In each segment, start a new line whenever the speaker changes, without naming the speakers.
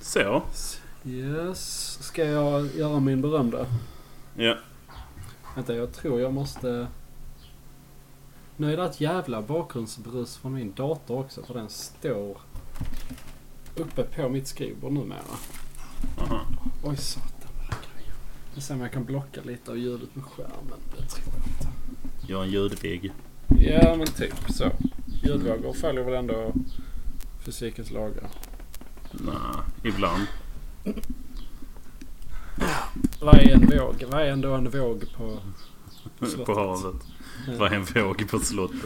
Så.
Yes. Ska jag göra min berömda?
Ja.
Vänta, jag tror jag måste... Nu är det ett jävla bakgrundsbrus från min dator också för den står uppe på mitt skrivbord numera.
Aha.
Oj satan vad det här grejer. Vi ser om jag kan blocka lite av ljudet med skärmen. Det tror jag inte.
Gör en ljudvägg.
Ja men typ så. Ljudvågor följer väl ändå fysikens lagar.
Nah, ibland.
Vad är en våg? Vad är ändå en våg på... Slottet.
På havet. Vad är en våg på slottet?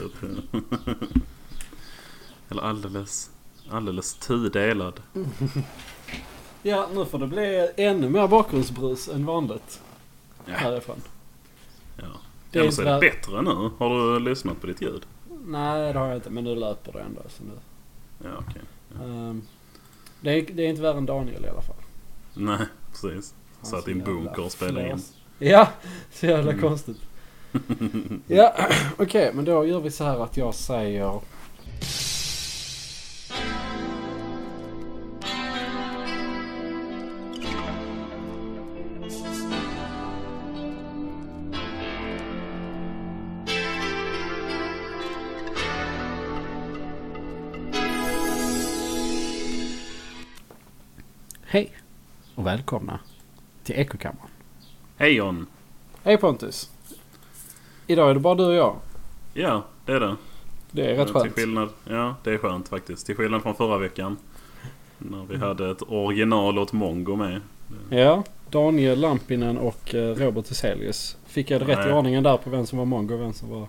Eller alldeles, alldeles tudelad.
Ja, nu får det bli ännu mer bakgrundsbrus än vanligt
Ja.
härifrån.
Ja.
Det är
Eller så är det
sådär-
bättre nu. Har du lyssnat på ditt ljud?
Nej, det har jag inte. Men nu löper det ändå. Så nu.
Ja, okej.
Ehm, det, är, det är inte värre än Daniel i alla fall.
Nej, precis.
Han
Satt i
som
en
jävla
bunker och spelade in.
flås. Ja, så jävla
Mm.
konstigt. ja, okej. men då gör vi så här att jag säger... Hej och välkomna till Ekokammaren.
Hej John!
Hej Pontus! Idag är det bara du och jag.
Ja, det är det. Mm,
Det är rätt
Till
skönt.
skillnad, ja, det är skönt faktiskt. Till skillnad från förra veckan. När vi hade ett original åt Mongo med.
Ja, Daniel Lampinen och eh, Robert Hyselius. Fick jag det rätt i
Nej.
ordningen där på vem som var mongo och vem som var...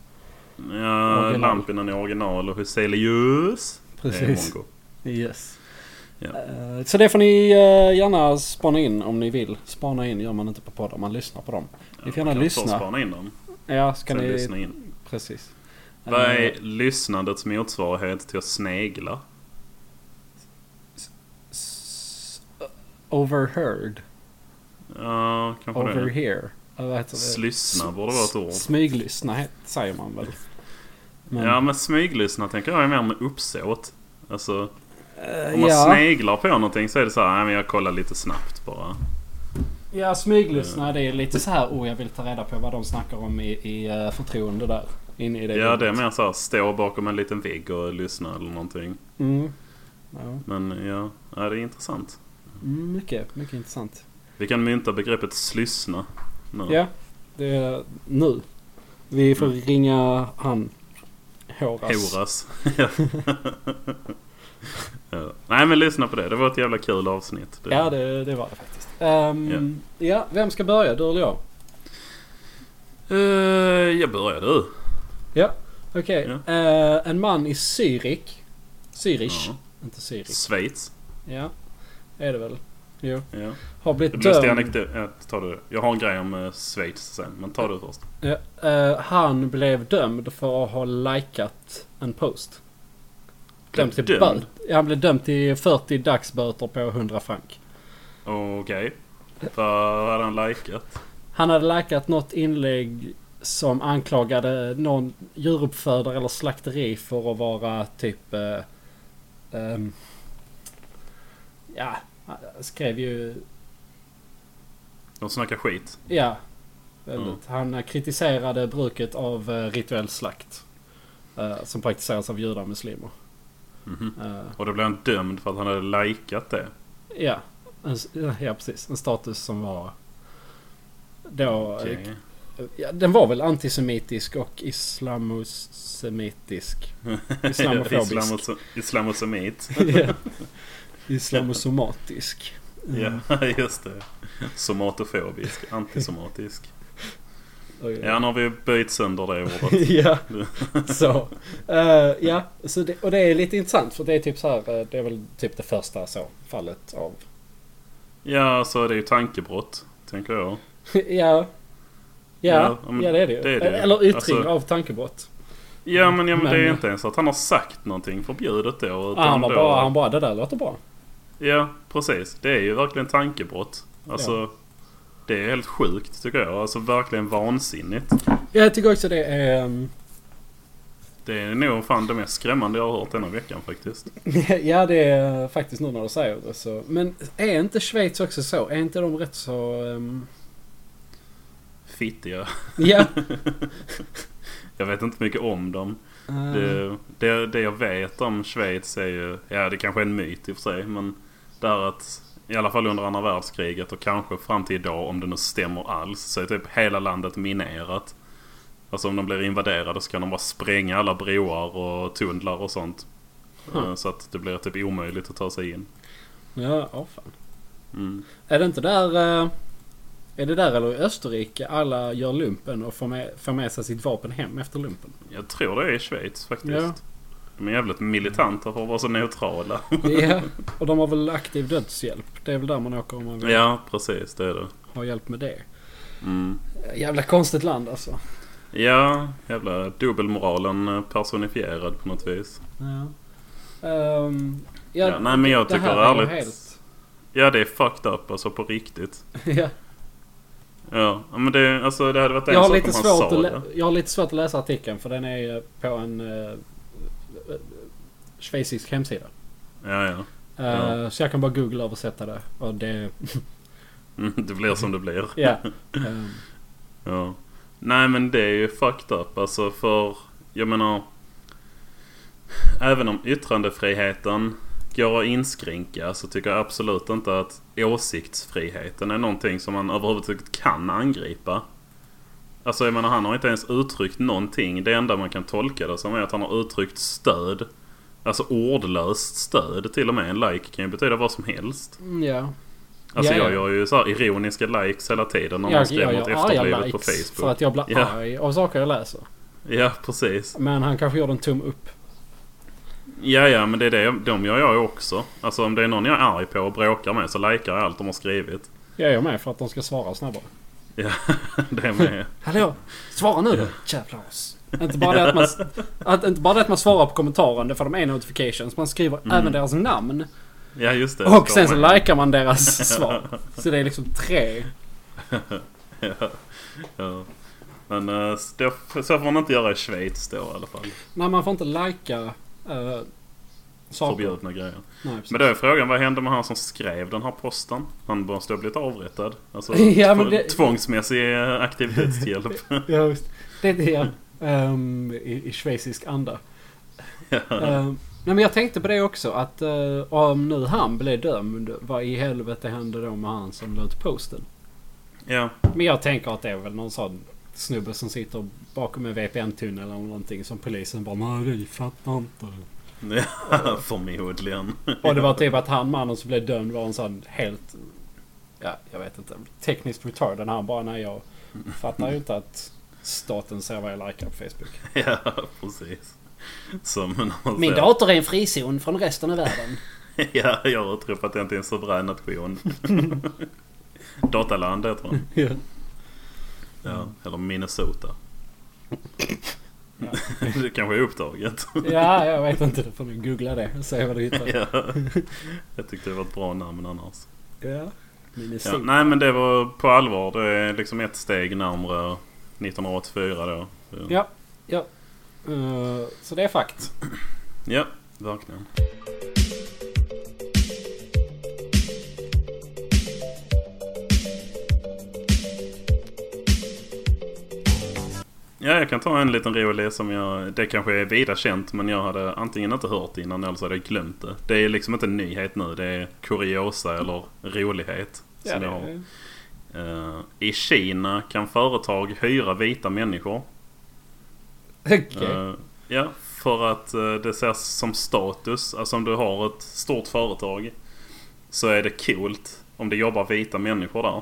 Ja,
Original.
Lampinen är original och Hyselius
Precis.
är Mongo.
Yes.
Ja.
Eh, Så det får ni eh, gärna spana in om ni vill. Spana in gör man inte på poddar, man lyssnar på dem. Ni får gärna
man kan
lyssna.
först spana in dem.
Ja, ska
sen
ni...
lyssna in.
Precis.
Vad
Eh,
är lyssnandets motsvarighet till att snegla?
s- Overheard.
Ja, kanske
Over
det.
here. Ja, Vad heter det?
Slyssna borde vara ett ord.
Smyglyssna het- säger man väl? Men-
Ja, men smyglyssna tänker jag är mer med uppsåt. Alltså,
Eh,
om man
ja.
sneglar på någonting så är det så här, nej men jag kollar lite snabbt bara.
Ja, smyglyssna det är lite så här, oh jag vill ta reda på vad de snackar om i, i eh, förtroende där. Inne i det
Ja,
rummet.
det är mer så här, stå bakom en liten vägg och lyssna eller någonting.
Mm. Ja.
Men ja, ja det är intressant.
Mm, mycket, mycket intressant.
Vi kan mynta begreppet slyssna. nu.
Ja, det är nu. Vi får
Mm.
ringa han Horas.
Horas. ja. Nej men lyssna på det. Det var ett jävla kul avsnitt. Det-
Ja, det, det var det faktiskt. Ehm, Ja, vem ska börja? Du eller jag?
Eh, jag börjar du.
Okej.
Ja.
eh, en man i Zürich. Zürich.
Ja.
Inte Zürich.
Schweiz.
Ja, är det väl. Jo.
Ja.
Har
Det
blivit
blir
dömd.
anekdot. Ja, ta du det. Jag har en grej om eh, Schweiz sen. Men ta du först.
Ja, eh, han blev dömd för att ha likat en post. Dömd till
Dömd?
böt. Ja, han blev dömd till 40 dagsböter på 100 frank.
Okej. Vad hade han likat?
Han hade likat något inlägg som anklagade någon djuruppfödare eller slakteri för att vara typ... Eh, ehm, ja, han skrev ju...
De snackar skit.
Ja. Väldigt. Han kritiserade bruket av eh, rituell slakt. Eh, som praktiseras av judar och muslimer.
Mhm.
Eh,
Och då blev han dömd för att han hade likat det.
Ja, en, s- ja precis. En status som var... Då,
Okej.
ja, den var väl antisemitisk och islamosemitisk. Islamofobisk.
Islamoso- Islamosomit.
Ja. Islamosomatisk.
Ja, just det. Somatofobisk. Antisomatisk.
Oj, oj.
Ja, nu har vi böjt sönder det ordet.
ja, så. Eh, ja, så det, och det är lite intressant för det är typ så här, eh, det är väl typ det första så fallet av...
Ja, så det är ju tankebrott, tänker jag.
ja, ja, ja,
Ja, men
det är det ju.
det är det ju.
Eller yttring
Alltså-
av tankebrott.
Ja, men, ja, men, det är
Men-
ju inte ens att han har sagt någonting förbjudet då. Utan
Ah, Han, var
då
bara, han bara, det där låter bra.
Ja, precis. Det är ju verkligen tankebrott. Alltså, det är helt sjukt tycker jag. Alltså verkligen vansinnigt.
Ja, Jag tycker också det är... ehm,
Det är nog fan det mest skrämmande jag har hört denna veckan faktiskt.
ja, det är faktiskt nu när du säger det så. alltså. Men är inte Schweiz också så? Är inte de rätt så... ehm,
Fittiga.
Ja.
Jag vet inte mycket om dem.
eh,
Det, det, det jag vet om Schweiz är ju, ja det kanske är en myt i och för sig, men det här att i alla fall under andra världskriget och kanske fram till idag om det nu stämmer alls så är typ hela landet minerat. Alltså om de blir invaderade så kan de bara spränga alla broar och tunnlar och sånt.
Hmm.
Eh, Så att det blir typ omöjligt att ta sig in.
Ja, åh fan.
Mm.
Är det inte där... eh, Är det där eller i Österrike alla gör lumpen och får med, får med sig sitt vapen hem efter lumpen?
Jag tror det är i Schweiz faktiskt.
Ja.
De är jävligt militanta för att vara så neutrala.
Ja, och de har väl aktiv dödshjälp. Det är väl där man åker om man vill
ja, precis det är det.
ha hjälp med det.
Mm.
Jävla konstigt land alltså.
Ja, jävla dubbelmoralen eh, personifierad på något vis.
Ja. Ehm, ja,
Ja, nej men jag
det
tycker
här är ju
ärligt.
helt...
Ja, det är fucked up alltså på riktigt.
ja.
Ja, ja, men det, alltså, det hade varit en
jag, har
sak
lite
om han
svårt
sa
att
det.
lä- jag har lite svårt att läsa artikeln för den är ju på en eh, eh, schweizisk hemsida.
Ja, ja.
Eh,
Ja.
Så jag kan bara googla och översätta det. Och det
Mm, Det blir som det blir.
ja. Ehm,
Ja. Nej men det är ju fucked up alltså för jag menar Även om yttrandefriheten går att inskränka så tycker jag absolut inte att åsiktsfriheten är någonting som man överhuvudtaget kan angripa. Alltså jag menar han har inte ens uttryckt någonting. Det enda man kan tolka det som är att han har uttryckt stöd. Alltså ordlöst stöd till och med. En like kan ju betyda vad som helst.
mm, ja.
Alltså
Ja, ja.
jag gör ju så här ironiska likes hela tiden när man
Jag,
skriver
jag
något
gör arga
efterblivet på
Ah, likes
Facebook.
för att jag blir
Ja.
arg av saker jag läser.
Ja, precis.
Men han kanske gjorde en tum upp.
Ja, ja, men det är det. De gör jag ju också. Alltså om det är någon jag är arg på och bråkar med så likar jag allt de har skrivit.
Jag är med för att de ska svara snabbare.
Ja, det är med.
Hallå! Svara nu då! Jävla as. Inte bara, det att man, att, inte bara det att man svarar på kommentaren, det får de en notifications. Man skriver
Mm.
även deras namn.
Ja, just det.
Och sen så
De är-
likar man deras svar. Så det är liksom tre.
Ja, ja. Men eh, så så får man inte göra i Schweiz då i alla fall.
Nej, man får inte lajka eh, saker.
Förbjudna grejer.
Nej, precis.
Men då är frågan, vad hände med han som skrev den här posten? Han måste ha blivit avrättad. Alltså,
Ja, men
två-
det-
tvångsmässig eh, aktiv dödshjälp.
Ja, visst. Det är det. ehm, i, I schweizisk anda. Ehm, nej, men jag tänkte på det också. Att eh, om nu han blev dömd, vad i helvete hände då med han som la ut posten?
ja.
Men jag tänker att det är väl någon sån snubbe som sitter bakom en VPN-tunnel eller någonting som polisen bara Nej, vi fattar inte.
Ja, förmodligen.
Och det var typ att han mannen som blev dömd var en sån helt... Ja, jag vet inte. Tekniskt retarded. Han bara nej, jag fattar ju inte att staten ser vad jag likar på Facebook.
Ja, precis. Som alltså- när man
Min
säger-
dator är en frizon från resten av världen.
Ja, jag har utropat den till en suverän nation. Dataland heter den.
ja.
Ja, eller Minnesota. det kanske är upptaget.
ja, jag vet inte. Då får ni googla det och se vad du hittar.
ja. Jag tyckte det var ett bra namn annars.
Ja. Minnesota.
Ja, nej men det var på allvar. Det är liksom ett steg närmare 1984 då.
Ja. Eh, så det är fakt.
Ja, verkligen. Ja, jag kan ta en liten rolig som jag... Det kanske är vida känt men jag hade antingen inte hört innan eller så hade jag glömt det. Det är liksom inte en nyhet nu. Det är kuriosa eller rolighet.
Ja,
som jag har.
det,
Eh, I Kina kan företag hyra vita människor.
Okej.
Eh, ja, för att eh, det ses som status. Alltså om du har ett stort företag så är det coolt om det jobbar vita människor där.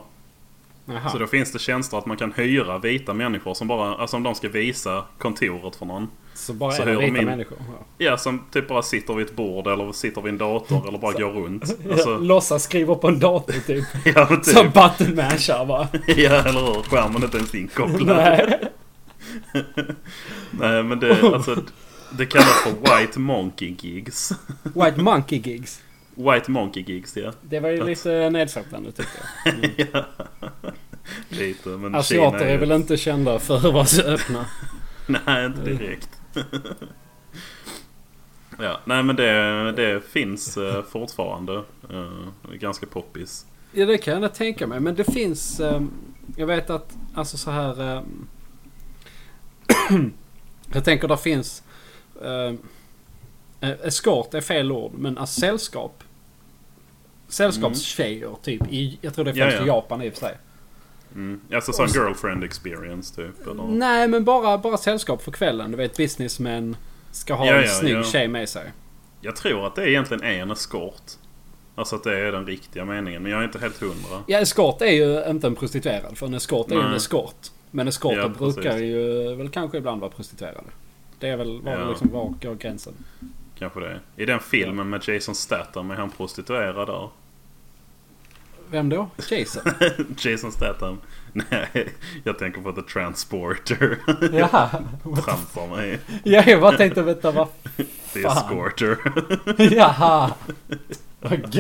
Jaha.
Så då finns det tjänster att man kan hyra vita människor som bara, alltså om de ska visa kontoret för någon.
Så bara
Så
är det
hur
vita
min-
människor? Ja.
Ja, som typ bara sitter vid ett bord eller sitter vid en dator eller bara går runt.
Ja,
Alltså,
Låtsas skriva på en dator typ.
ja, men
Som
typ.
buttonmashar va?
ja, eller hur? Skärmen är inte ens inkopplad.
Nej.
Nej men det, alltså, det kallas för White Monkey Gigs.
White Monkey Gigs.
White Monkey Gigs ja.
Det var ju lite nedsättande tyckte jag.
ja. Lite, men Kina
Asiater
ju-
är väl inte kända för att vara så öppna.
Nej, inte direkt. Ja, nej men det, det finns eh, fortfarande. Eh, ganska poppis.
Ja, det kan jag tänka mig. Men det finns... ehm, jag vet att, alltså så här... ehm, jag tänker det finns... Um, eskort är fel ord, men alltså sällskap. Sällskapstjejer, typ. I, jag tror det är
Mm. Ja,
främst i
ja.
Japan i och för sig.
Mm. Alltså sån girlfriend experience typ. Eller?
Nej, men bara, bara sällskap för kvällen. Du vet, businessmän ska ha
Ja,
en
ja,
snygg
ja.
tjej med sig.
Jag tror att det egentligen är en eskort. Alltså att det är den riktiga meningen. Men jag är inte helt hundra.
Ja, eskort är ju inte en prostituerad. För en eskort är ju en
Nej.
eskort. Men eskorter
Ja, precis.
brukar ju väl kanske ibland vara prostituerade. Det är väl var
Ja.
liksom, var går gränsen?
Kanske det. I den filmen med Jason Statham är han prostituerad där.
Vem då? Jason?
Jason Statham. Nej, jag tänker på The Transporter.
Jaha.
Trampar mig.
Ja, jag bara tänkte vänta vad...
The
Fan.
Escorter.
Jaha. Oh God.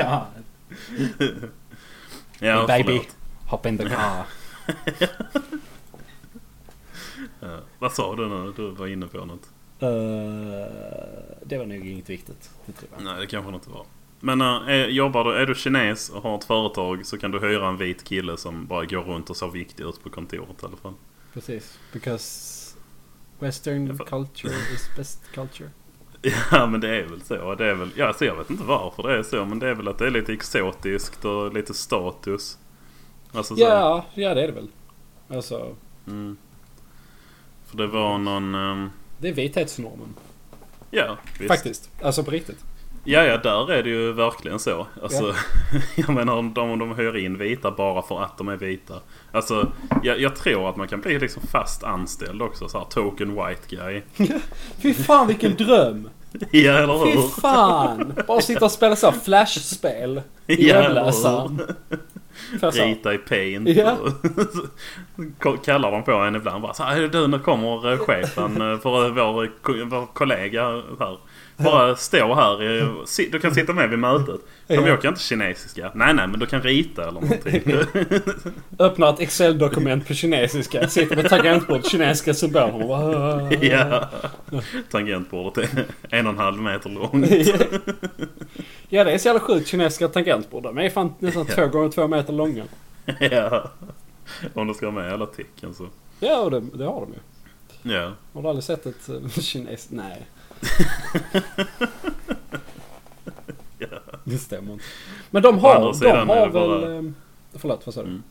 ja,
Baby.
förlåt.
Hop in the car.
Ja. Vad sa du nu? Du var inne på något.
Eh, det var nog inget viktigt. Det tror jag.
Nej, det kanske det inte var. Men eh, är- jobbar du, är du kines och har ett företag så kan du hyra en vit kille som bara går runt och ser viktig ut på kontoret i alla fall.
Precis. Because western
Jag får-
culture is best culture.
Ja men det är väl så. Det är väl, ja, alltså, jag vet inte varför det är så men det är väl att det är lite exotiskt och lite status. Alltså, så-
Ja, ja det är det väl. Alltså,
Mm. För det var någon... ehm,
det är vithetsnormen.
ja, visst.
Faktiskt. Alltså på riktigt.
Ja, ja, där är det ju verkligen så. Alltså, jag menar om de, om de hyr in vita bara för att de är vita. Alltså, jag, jag tror att man kan bli liksom fast anställd också. Så här, token white guy.
Fy fan vilken dröm!
ja, eller
Fy
hur?
fan! Bara sitta och spela så här flashspel i
Ja, eller
webbläsaren. Får jag så här-
Rita i paint.
alltså. Ja.
Ko- Kallar de på en ibland bara så här, "Är det du nu kommer eh, chefen eh, för eh, vår, ko- vår kollega här. Bara stå här. eh, si- Du kan sitta med vid mötet. Ja. Men
Ja.
jag kan inte kinesiska. Nej, nej, men du kan rita eller någonting.
Öppnar ett Excel-dokument på kinesiska. Sitter med tangentbord, kinesiska symboler. och bara-
Ja. Tangentbordet är en och en halv meter långt.
Ja, det är så jävla sjukt. Kinesiska tangentbord. De är fan nästan två gånger två meter långa.
Ja. Om du ska ha med alla tecken så.
Ja, och det, det har de ju.
Ja.
Har du aldrig sett ett eh, kines... Nej. Det stämmer inte. Men de
Å andra
har,
sidan
de
är
har
det
väl...
bara-
eh, Förlåt, vad sa du?
Mm.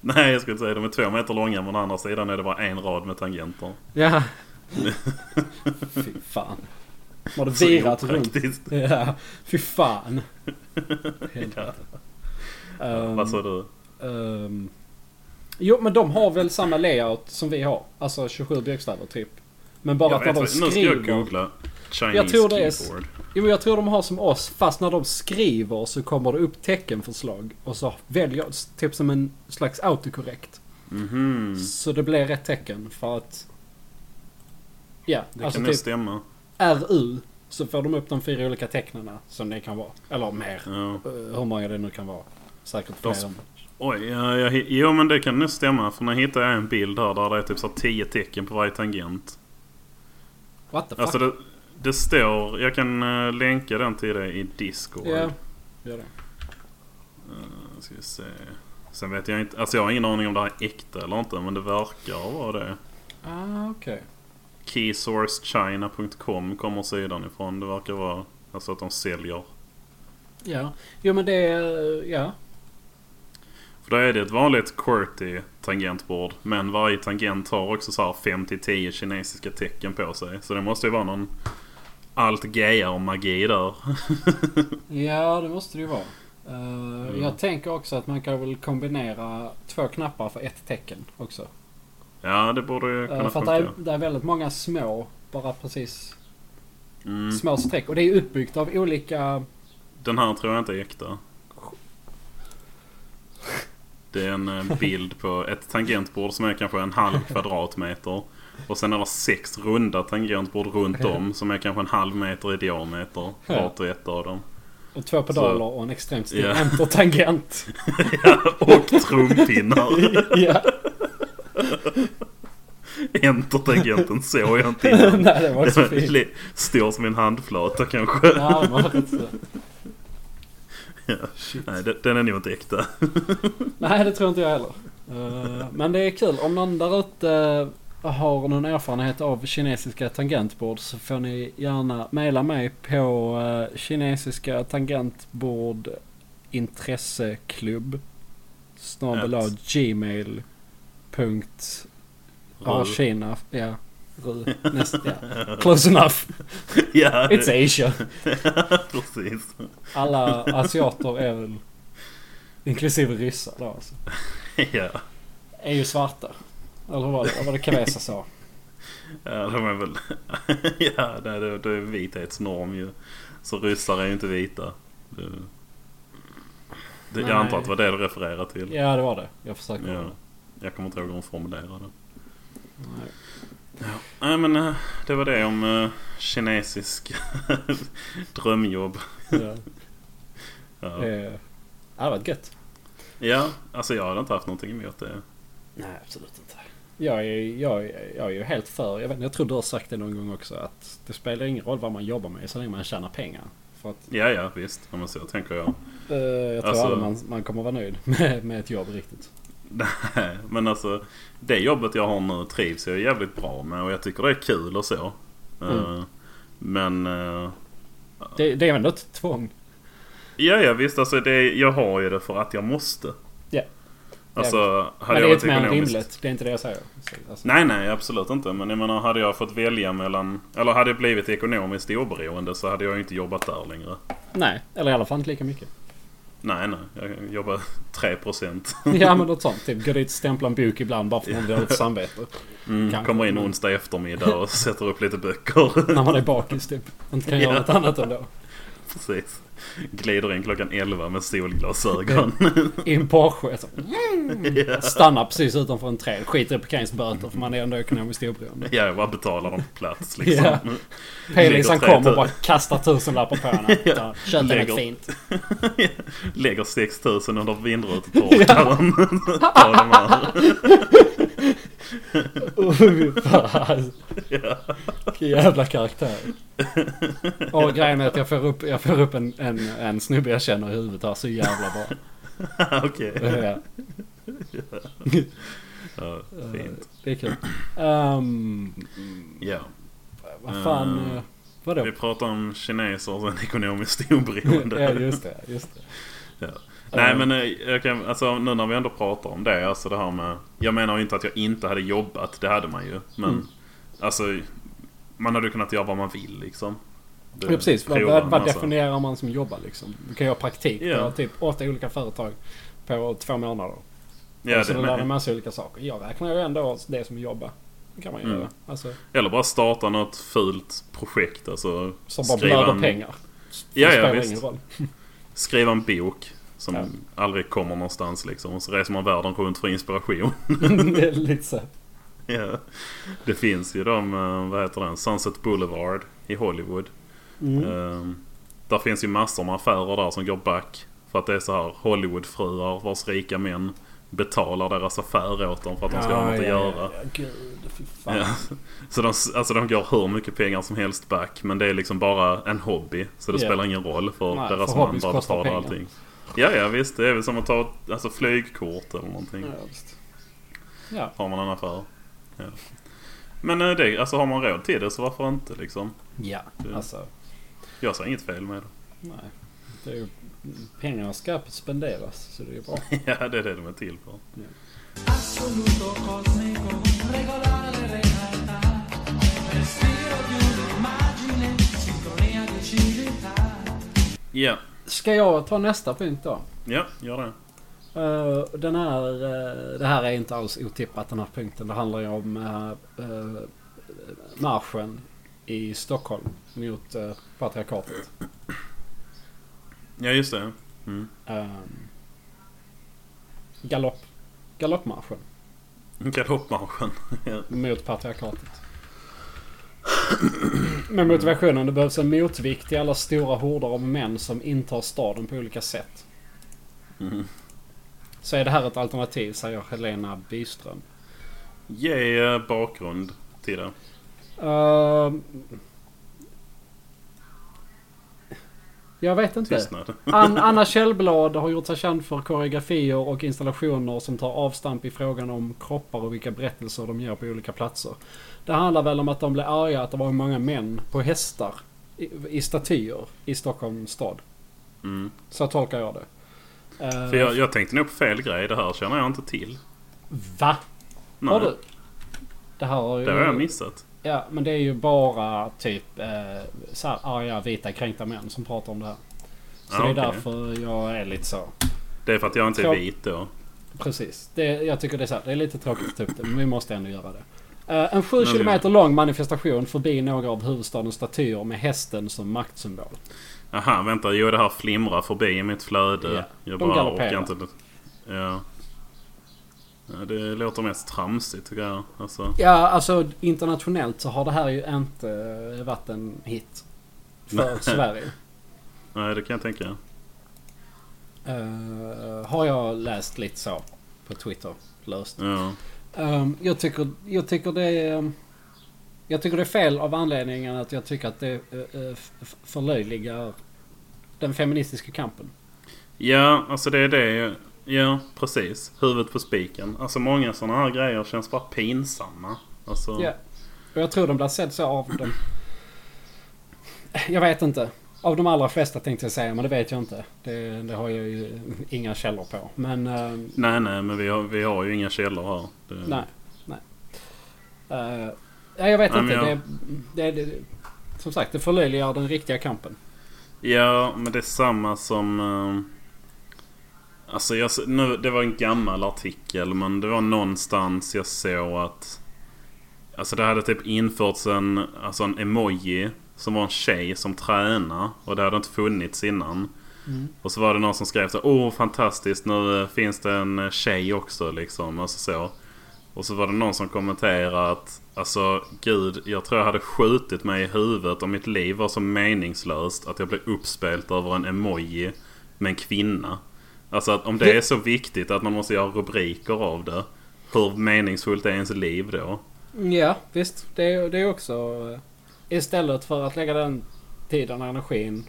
Nej, jag skulle säga de är två meter långa men å andra sidan är det bara en rad med tangenter.
Ja. Fy fan. De har det
Så
virat runt.
opraktiskt.
Ja, fy fan. Helvete. Ehm,
Vad sa du?
ehm, jo men de har väl samma layout som vi har. Alltså 27 bokstäver typ. Men bara
Jag
att när
vet
de
inte. Nu ska jag
skriver.
googla Chinese
Jag tror det är s-
keyboard.
Jo men jag tror de har som oss. Fast när de skriver så kommer det upp teckenförslag. Och så väljer jag typ som en slags autokorrekt.
Mhm.
Så det blir rätt tecken för att. Ja,
Det
alltså
kan
typ
nog stämma.
RU. Så får de upp de fyra olika tecknena som det kan vara. Eller mer.
Ja.
Eh, Hur många det nu kan vara. Säkert
De
fler än...
Oj, ja, jag, hi- jo men det kan nog stämma. För nu hittade jag en bild här där det är typ så här tio tecken på varje tangent.
What the fuck?
Alltså det, det står, jag kan eh, länka den till dig i Discord.
Ja, gör det.
Eh, Ska vi se. Sen vet jag inte, alltså jag har ingen aning om det här är äkta eller inte men det verkar vara det.
Ah, okej.
Keysourcechina.com kommer sidan ifrån. Det verkar vara alltså att de säljer.
Ja. Jo men det... är- Ja.
För då är det ett vanligt QWERTY tangentbord. Men varje tangent har också så här 5-10 kinesiska tecken på sig. Så det måste ju vara någon allt och magi där.
Ja, det måste det ju vara. Eh, Jag tänker också att man kan väl kombinera två knappar för ett tecken också.
Ja, det borde ju
Eh,
kunna
för att
funka.
det är, det är väldigt många små, bara precis
Mm.
små streck. Och det är uppbyggt av olika...
Den här tror jag inte är äkta. Det är en eh, bild på ett tangentbord som är kanske en halv kvadratmeter. Och sen är det sex runda tangentbord runt om som är kanske en halv meter i diameter. Vart och ett av dem.
Och eh, två pedaler och en extremt stor
Ja.
enter-tangent.
och trumpinnar.
ja.
Entertagenten såg jag inte innan.
Nej, det var inte så
Den
fint.
li- Stor som en handflata kanske.
Ja, det var rätt så.
Ja. Nej, den- den är nog inte äkta.
Nej, det tror inte jag heller. Eh, men det är kul. Om någon där ute eh, har någon erfarenhet av kinesiska tangentbord så får ni gärna mejla mig på uh, kinesiska tangentbord intresseklubb snabel a gmail punkt a
Ru.
Kina. Ja, ru. Nästa. Ja. Close enough.
Ja, det-
It's Asia.
precis.
Alla asiater är väl inklusive ryssar då alltså.
Ja.
är ju svarta. Eller hur var det? Vad var det Kavesa sa?
Ja, de är väl... ja, det är, det är vithetsnorm ju. Så ryssar är ju inte vita. Det, det, jag
Nej.
antar att det var det du refererade till.
Ja, det var det. Jag försöker.
Ja. Jag kommer inte ihåg hur hon formulerade det.
Nej.
Nej, men eh, det var det om eh, kinesisk drömjobb.
Ja.
Ja.
Eh, Det hade varit gött.
ja, alltså jag hade inte haft någonting emot det.
Nej, absolut inte. Jag är, jag, är- jag är ju helt för, jag, vet, inte, jag tror du har sagt det någon gång också, att det spelar ingen roll vad man jobbar med så länge man tjänar pengar. För att,
Ja, ja, visst. Ja, men så tänker jag.
eh, jag tror
Alltså-
aldrig man, man kommer vara nöjd med, med ett jobb riktigt.
Nej, men alltså det jobbet jag har nu trivs jag jävligt bra med och jag tycker det är kul och så.
Mm.
Eh, Men eh,
Det, det är ändå ett tvång.
ja, ja visst alltså det, jag har ju det för att jag måste.
Ja.
Alltså hade
Men det
jag
är
varit
inte mer än
ekonomiskt.
rimligt. Det är inte det jag säger. Så, alltså,
Nej, nej absolut inte. Men jag menar hade jag fått välja mellan, eller hade jag blivit ekonomiskt oberoende så hade jag ju inte jobbat där längre.
nej, eller i alla fall inte lika mycket.
Nej, nej. Jag jobbar 3%.
Ja men något sånt. Typ gå dit och stämpla en bok ibland bara för att man blir dåligt samvete.
Mm,
Kanske.
kommer in onsdag eftermiddag och sätter upp lite böcker.
När man är bakis typ. Man inte kan göra
Ja.
något annat ändå.
Precis. Glider in klockan 11 med solglasögon.
I en Porsche. Så. Mm. Stannar precis utanför en träd. Skiter i parkeringsböter för man är ändå ekonomiskt oberoende.
Ja, jag bara betalar dem på plats liksom.
Ja.
Ligger
Pelis han
tre
kommer och
tur.
bara kastar tusenlappar på henne. Ja, Köp den
Lägger-
ett fint.
Lägger 6000 under vindrutetorkaren. Tar de här.
Oj, fan. Vilken jävla karaktär. Och grejen är att jag får upp, jag får upp en, en, en snubbe jag känner i huvudet här så jävla bra.
Okej.
Ja.
Ja, fint.
Eh, Det är kul. Ehm,
Ja.
vad fan.
Eh,
eh, vadå?
Vi pratar om kineser och sen ekonomiskt
ja,
oberoende.
just det. Just det.
Nej
Eh.
men eh, jag kan, alltså, nu när vi ändå pratar om det. Alltså det här med, jag menar ju inte att jag inte hade jobbat. Det hade man ju. Men
Mm.
alltså man hade ju kunnat göra vad man vill liksom. Det
Ja, precis. Vad,
provar
vad,
man,
vad
alltså.
definierar man som jobbar liksom? Du kan göra praktik
Ja.
på typ åtta olika företag på två månader.
Ja,
och så
det,
lär du dig en
men,
massa olika saker. Jag räknar ju ändå det som jobba. Det kan man ju
Mm.
göra. Alltså,
eller bara starta något fult projekt. Alltså,
som bara
Skriva
blöder
en-
pengar.
Ja,
det
ja,
spelar
visst.
ingen roll.
skriva en bok som
Ja.
aldrig kommer någonstans liksom. Och så reser man världen runt för inspiration.
det är lite så.
ja. Det finns ju de, eh, vad heter den, Sunset Boulevard i Hollywood.
Mm.
Eh, där finns ju massor med affärer där som går back. För att det är så här Hollywoodfruar vars rika män betalar deras affär åt dem för att de ska ha något att göra.
ja, gud, fy fan.
Ja. Så de, alltså de går hur mycket pengar som helst back men det är liksom bara en hobby. Så det
Ja.
spelar ingen roll för
Nej,
deras
för
man
hobbies
bara
kostar
betalar
pengar.
allting. Ja, ja visst. Det är väl som att ta ett- alltså, flygkort eller någonting.
Ja, visst. Ja,
Har man en affär. Ja. Men eh, det, alltså, har man råd till det så varför inte liksom?
ja.
Ja.
alltså.
Jag ser inget fel med
Nej. Det är ju, pengarna ska spenderas så det är bra.
det. ja, det är det de är till för.
Assoluto cosmico, regolare realtà, respiro di un'immagine, sincronia di civiltà.
Ja,
Ska jag ta nästa punkt då?
ja gör det.
Eh, den här, eh, det här är inte alls otippat den här punkten. Det handlar ju om eh, eh, marschen i Stockholm mot eh, patriarkatet.
Ja, just det. Mm.
Eh, galopp. Galoppmarschen
Galoppmarschen. ja.
mot patriarkatet. Med motivationen det behövs en motvikt till alla stora horder av män som intar staden på olika sätt.
Mm.
Så är det här ett alternativ, säger Helena Byström.
Ge eh, bakgrund till det.
Ehm, jag vet inte.
Tystnad.
An Anna Källblad har gjort sig känd för koreografier och installationer som tar avstamp i frågan om kroppar och vilka berättelser de ger på olika platser. Det handlar väl om att de blev arga att det var många män på hästar i, i statyer i Stockholms stad.
Mm.
Så tolkar jag det. Eh,
För jag, jag tänkte nog på fel grej. Det här känner jag inte till.
Ehm, Va?
Nej,
Har du? Det här har ju...
Det har jag missat.
Ja, men det är ju bara typ eh, så här arga, vita, kränkta män som pratar om det här. Så
Ah,
det är
okej.
därför jag är lite så.
Det är för att jag inte
Så-
är vit då.
Precis. Det, jag tycker det är, så här, det är lite tråkigt att ta upp det, men vi måste ändå göra det. Eh, en 7
Men vi-
kilometer lång manifestation förbi några av huvudstadens statyer med hästen som maktsymbol.
Aha, vänta. Jo, det här flimrar förbi i mitt flöde.
Ja,
Jag
de
bara
galopperar.
orkar inte. Ja. ja. Det låter mest tramsigt tycker jag. Alltså,
Ja, alltså internationellt så har det här ju inte eh, varit en hit. För Sverige.
nej, det kan jag tänka.
Eh, har jag läst lite så på Twitter. Löst.
Ja.
Ehm, jag, tycker, jag tycker det är... ehm, Jag tycker det är fel av anledningen att jag tycker att det eh, eh, f- förlöjligar den feministiska kampen.
Ja, alltså det är det. Ja, precis. Huvudet på spiken. Alltså många sådana här grejer känns bara pinsamma. Alltså,
Ja. Och jag tror den blir sedd så av dem. Jag vet inte. Av de allra flesta tänkte jag säga, men det vet jag inte. Det, det har jag ju inga källor på. Men... ehm,
Nej, nej, men vi har, vi har ju inga källor här. Det,
Nej, nej. Eh, nej, jag vet
Nej,
inte.
men
Det,
jag-
det, det, som sagt, det förlöjligar den riktiga kampen.
Ja, men det är samma som... Eh, alltså jag, s- nu, det var en gammal artikel men det var någonstans jag såg att... Alltså det hade typ införts en, alltså en emoji som var en tjej som tränar och det hade inte funnits innan.
Mm.
Och så var det någon som skrev så Åh fantastiskt nu eh, finns det en eh, tjej också liksom. Alltså så. Och så var det någon som kommenterade att Alltså gud, jag tror jag hade skjutit mig i huvudet om mitt liv var så meningslöst att jag blev uppspelt över en emoji med en kvinna. Alltså att om det är så viktigt att man måste göra rubriker av det. Hur meningsfullt är ens liv då?
Ja, visst. Det, är- det är också... eh, Istället för att lägga den tiden och energin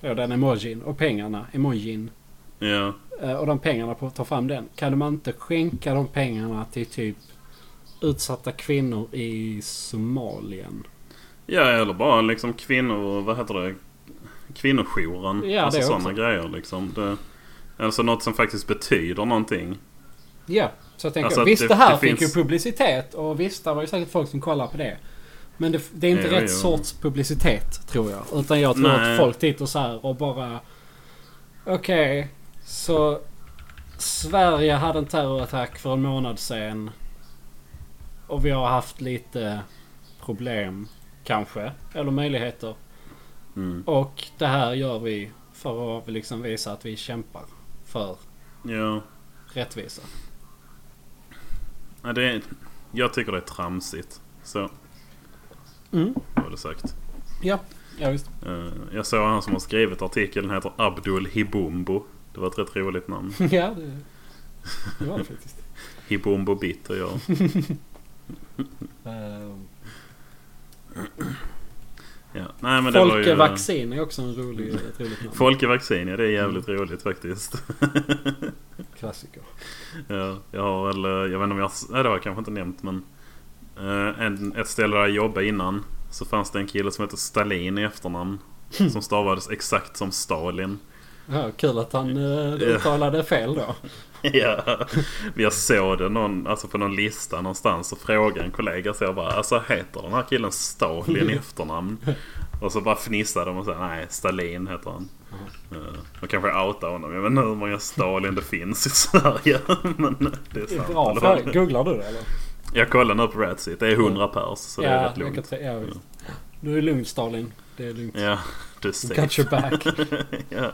på den emojin och pengarna, emojin,
Ja,
eh, och de pengarna på att ta fram den. Kan man inte skänka de pengarna till typ utsatta kvinnor i Somalien?
ja eller bara liksom kvinnor, vad heter det? Kvinnojouren.
Ja,
alltså
det
sådana
också.
grejer liksom. Det, alltså något som faktiskt betyder någonting.
Ja, så tänker
Alltså
jag.
att
Visst,
det-
det, här
det
fick
finns-
ju publicitet och visst, det var ju säkert folk som kollade på det. Men det, det är inte
Jo,
rätt
jo.
sorts publicitet, tror jag. Utan jag tror
Nej.
att folk tittar så här och bara... Okej, så Sverige hade en terrorattack för en månad sedan. Och vi har haft lite problem, kanske. Eller möjligheter.
Mm.
Och det här gör vi för att liksom visa att vi kämpar för
Ja.
rättvisa.
Ja, det är, jag tycker det är tramsigt. Så,
Mm.
var det sagt.
Ja, ja visst.
Eh, jag såg han som har skrivit artikeln heter Abdul Hibumbo. Det var ett rätt roligt namn.
Ja, det, det var det faktiskt.
Hibumbo Bitter jag. Ja. Nej, men det var ju,
Folkevaccin är också en rolig, ett roligt namn.
Folkevaccin, ja det är jävligt roligt faktiskt.
Klassiker.
Ja, jag har väl, eh, jag vet inte om jag, nej det har jag kanske inte nämnt men. eh, en, ett ställe där jag jobbade innan så fanns det en kille som hette Stalin i efternamn. Som stavades exakt som Stalin.
Ja, kul att han eh, uttalade fel då.
Ja, jag såg det någon, alltså på någon lista någonstans och frågade en kollega så jag bara alltså heter den här killen Stalin i efternamn? Och så bara fnissade de och sa nej Stalin heter han. Eh, Och kanske outa honom. Jag vet inte hur många Stalin det finns i Sverige. Men det är
Det är
sant.
Bra
Eller
fråga.
vad?
Googlar du det eller?
Jag kollar nu på Ratsit. Det är 100 pers så det är rätt
jag kan
lugnt.
ta- ja, visst. Du är lugn Stalin. Det är lugnt.
Ja, du
Got
ser.
your back.
Ja.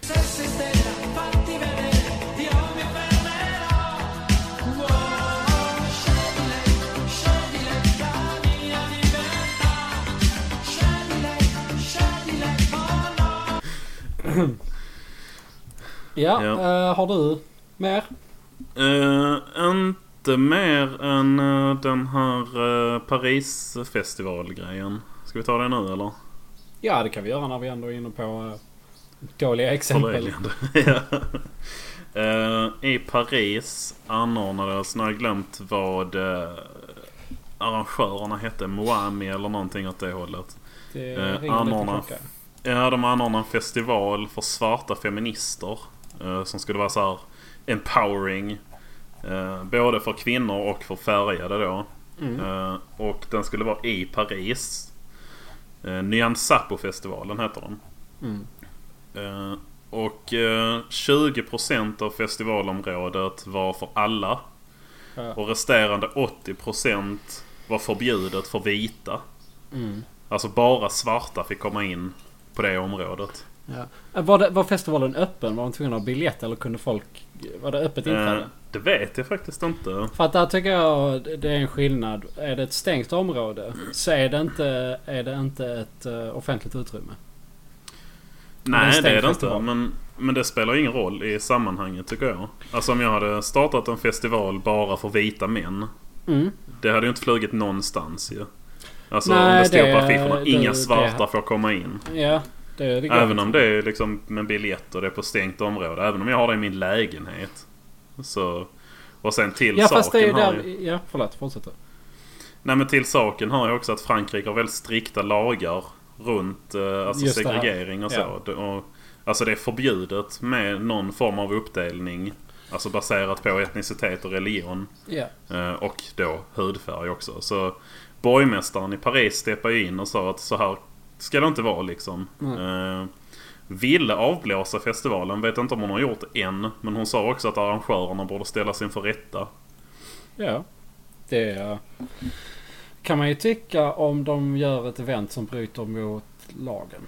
Se sei stella, fatti vedere, io mi fermerò. Wow, scegli, scegli la mia libertà. Scegli, scegli la
Ja,
Ja.
eh, har du mer?
Eh, inte inte mer än eh, den här eh, Parisfestivalgrejen. Ska vi ta det nu eller?
Ja, det kan vi göra när vi ändå är inne på eh, dåliga exempel.
Förlöjligande. ja. Eh, I Paris anordnades, nu har jag glömt vad eh, arrangörerna hette, Moami eller någonting åt det hållet.
Det
Eh,
ringer lite
anordna-
klocka.
Ja, de anordnade en festival för svarta feminister. Eh, som skulle vara så här empowering. Eh, både för kvinnor och för färgade då.
Mm.
Eh, och den skulle vara i Paris. Eh, Nyan Sapo-festivalen heter den.
Mm.
Eh, och eh, 20% av festivalområdet var för alla.
Ja.
Och resterande 80% var förbjudet för vita.
Mm.
Alltså bara svarta fick komma in på det området.
Ja. Eh, Var, det, var festivalen öppen? Var de tvungna att ha biljett eller kunde folk... Var det öppet inträde?
Eh, det vet jag faktiskt inte.
För att där tycker jag det är en skillnad. Är det ett stängt område så är det inte, är det inte ett eh, offentligt utrymme. en
Nej,
stängd
det är det inte.
festival.
Men, men det spelar ingen roll i sammanhanget tycker jag. Alltså om jag hade startat en festival bara för vita män.
Mm.
Det hade ju inte flugit någonstans ju. Alltså om
Nej,
det stod
det-
på affischerna.
det-
Inga
det-
svarta får komma in.
Ja, det, det går.
Även om det är liksom med biljett och det är på stängt område. Även om jag har det i min lägenhet. Så... Och sen till
Ja,
saken
fast det är ju
har
där...
ju...
Ja, förlåt. Fortsätt du.
Nej men till saken har jag också att Frankrike har väldigt strikta lagar runt eh, alltså
Just det här.
segregering och så.
Ja.
Det- Och, alltså det är förbjudet med någon form av uppdelning. Alltså baserat på etnicitet och religion.
Ja.
Eh, Och då hudfärg också. Så borgmästaren i Paris steppade ju in och sa att så här ska det inte vara liksom.
Mm.
Eh, Ville avblåsa festivalen. Vet inte om hon har gjort det än. Men hon sa också att arrangörerna borde ställas inför rätta.
Ja. Det eh, kan man ju tycka om de gör ett event som bryter mot lagen.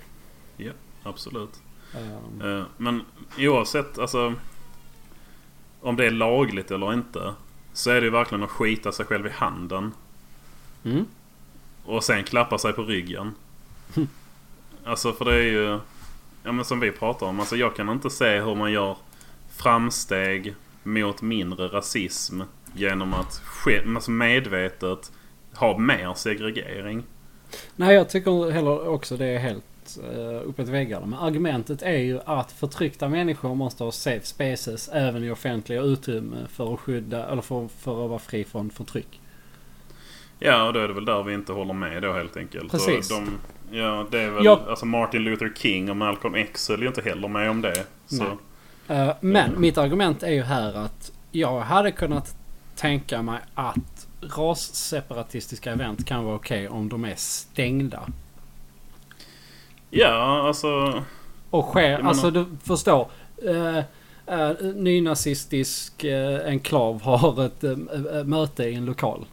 Absolut.
Ehm,
Eh, Men oavsett alltså om det är lagligt eller inte. Så är det ju verkligen att skita sig själv i handen.
Mm.
Och sen klappa sig på ryggen. Alltså för det är ju... Ja men som vi pratar om. Alltså jag kan inte se hur man gör framsteg mot mindre rasism genom att ske- alltså medvetet ha mer segregering.
Nej, jag tycker heller också det är helt uh, uppåt väggarna. Men argumentet är ju att förtryckta människor måste ha safe spaces även i offentliga utrymme för att skydda eller för, för att vara fri från förtryck.
Ja, och då är det väl där vi inte håller med då helt enkelt.
Precis.
Och de, ja, det är väl,
Jag-
alltså Martin Luther King och Malcolm X höll ju inte heller med om det. Så,
Nej. Eh, men mitt argument är ju här att jag hade kunnat tänka mig att rasseparatistiska event kan vara okej om de är stängda.
ja, alltså...
Och sker,
menar-
alltså du förstår. Eh, eh, nynazistisk eh, enklav har ett eh, eh, möte i en lokal.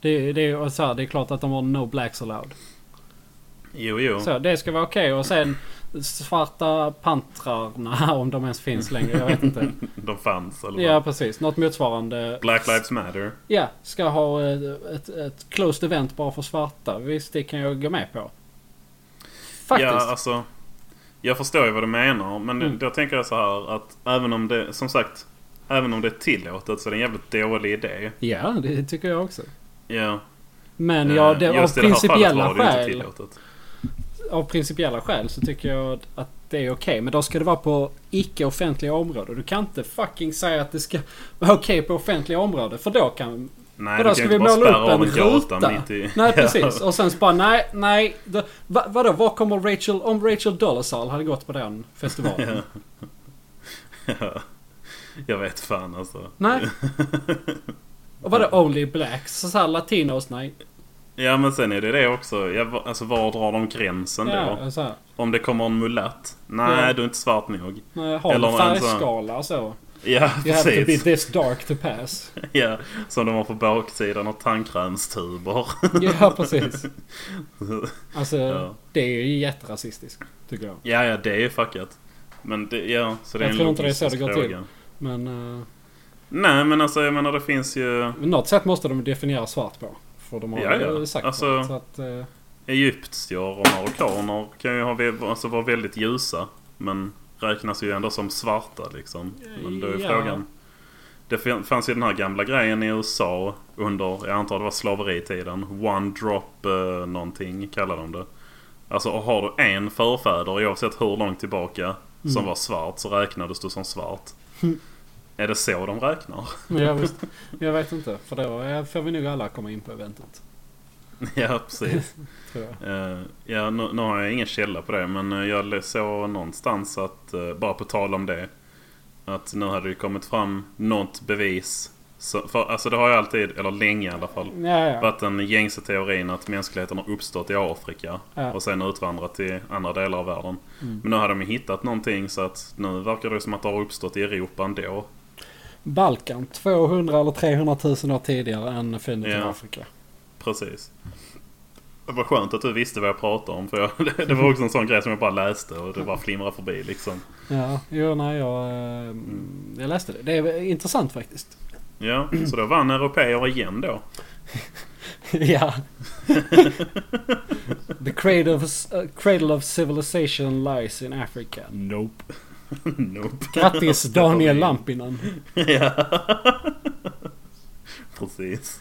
Det, det, är så här, det är klart att de har no blacks allowed.
Jo, jo.
Så det ska vara okej och sen svarta pantrarna om de ens finns längre. Jag vet inte.
De fanns, eller
Ja
vad?
precis. Något motsvarande.
Black Lives Matter.
Ja, ska ha eh, ett, ett closed event bara för svarta. Visst, det kan jag gå med på. Faktiskt.
Ja, alltså... Jag förstår ju vad du menar, men
Mm.
då tänker jag så här att även om det, som sagt, även om det är tillåtet så är det en jävligt dålig idé.
ja, det tycker jag också.
Ja.
Men ja, det,
Eh,
av,
Just i det här fallet
principiella
var det ju inte
skäl,
tillåtet.
av principiella skäl så tycker jag att det är okej. Men då ska det vara på icke-offentliga områden. Du kan inte fucking säga att det ska vara okej på offentliga områden. För då kan...
Nej,
Vadå,
du
ska
kan
vi
ju inte bara
måla
spärra
upp
av
en
en gata
ruta?
mitt i...
Nej
Ja.
precis. Och sen så bara nej, nej. Då, va, vadå? Var kommer Rachel... Om Rachel Dolezal hade gått på den festivalen.
Ja. Ja. Jag vet fan alltså.
Nej. Och vadå Only Blacks? Så, så här latinos? Nej.
Ja men sen är det det också. Jag, alltså var drar de gränsen då?
Ja, så här.
Om det kommer en mulatt? Nej,
Ja.
du är inte svart nog.
Nej, Har
Eller
en
om en sån-
färgskala och så.
Ja,
You have to be
precis.
this dark to pass.
Ja, som de har på baksidan av tandkrämstuber.
Ja, precis. Alltså,
Ja.
det är ju jätterasistiskt. Tycker jag.
ja, ja, det är fuckat. Men det, ja, så det
Jag
är en
tror inte det är så det
logistisk
går till.
fråga.
Men eh,
Nej, men alltså jag menar det finns ju...
på något sätt måste de definiera svart på. För de har
Ja,
ju
ja.
sagt
Alltså-
det. Så att, eh,
Egyptier och marockaner kan ju ha, vä- alltså, vara väldigt ljusa. Men räknas ju ändå som svarta liksom. Men då är
Ja.
frågan. Det fin- fanns ju den här gamla grejen i USA under, jag antar det var slaveritiden. One drop eh, någonting kallade de det. Alltså och har du en förfäder oavsett hur långt tillbaka som var svart så räknades du som svart. Är det så de räknar?
Men jag, visst, jag vet inte. För då eh, får vi nog alla komma in på eventet.
ja, precis.
Tror jag.
Eh, ja, nu, nu har jag ingen källa på det men eh, jag lä- såg någonstans att, eh, bara på tal om det, att nu hade det kommit fram något bevis. Så, för, alltså det har ju alltid, eller länge i alla fall,
Ja, ja.
varit den gängse teorin att mänskligheten har uppstått i Afrika
Ja.
och sen utvandrat till andra delar av världen.
Mm.
Men nu har de ju hittat någonting så att nu verkar det som att det har uppstått i Europa ändå.
Balkan 200 eller 300 000 år tidigare än fyndet i
Ja.
Afrika.
Precis. Det var skönt att du visste vad jag pratade om för jag, det, det var också en sån grej som jag bara läste och det bara flimrade förbi liksom.
Ja, jo, nej, jag, eh,
Mm.
jag läste det. Det är intressant faktiskt.
Ja, så då vann européer igen då.
ja. The cradle of, eh, cradle of civilization lies in Africa. Nope.
nope.
Grattis Daniel Lampinen.
ja. Precis.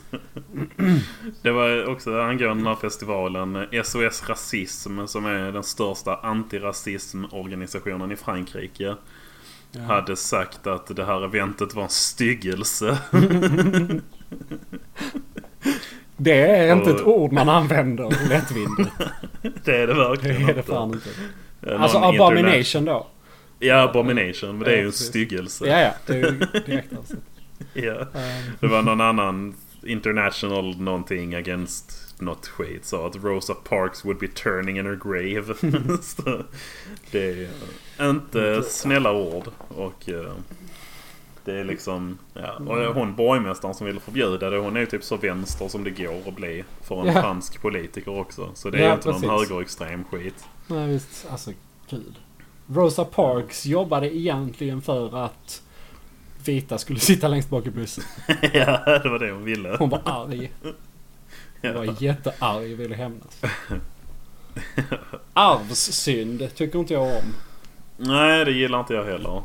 Det var också angående den här festivalen SOS Rasism som är den största antirasismorganisationen i Frankrike.
Ja.
Hade sagt att det här eventet var en styggelse.
Det är inte ett
Och-
ord man använder lättvindigt.
Det är det
Det
verkligen
är det
inte.
fan inte.
Någon
Alltså
interna-
abomination då.
Ja, abomination. Men det är ju en
precis.
styggelse.
Ja, ja. Det är ju direkt alltså.
Ja.
Ehm,
Det var någon annan international någonting against något skit sa att Rosa Parks would be turning in her grave. Så det är inte snälla ord. Och eh, det är liksom... Ja.
Mm.
Och hon borgmästaren som ville förbjuda det hon är ju typ så vänster som det går att bli för en
Ja.
fransk politiker också. Så det är
Ja,
ju inte någon
precis.
högerextrem skit.
Nej visst, alltså gud. Rosa Parks jobbade egentligen för att vita skulle sitta längst bak i bussen.
ja, det var det hon ville.
Hon var arg. Hon
Ja.
var jättearg och ville hämnas. Arvssynd tycker inte jag om.
Nej, det gillar inte jag heller.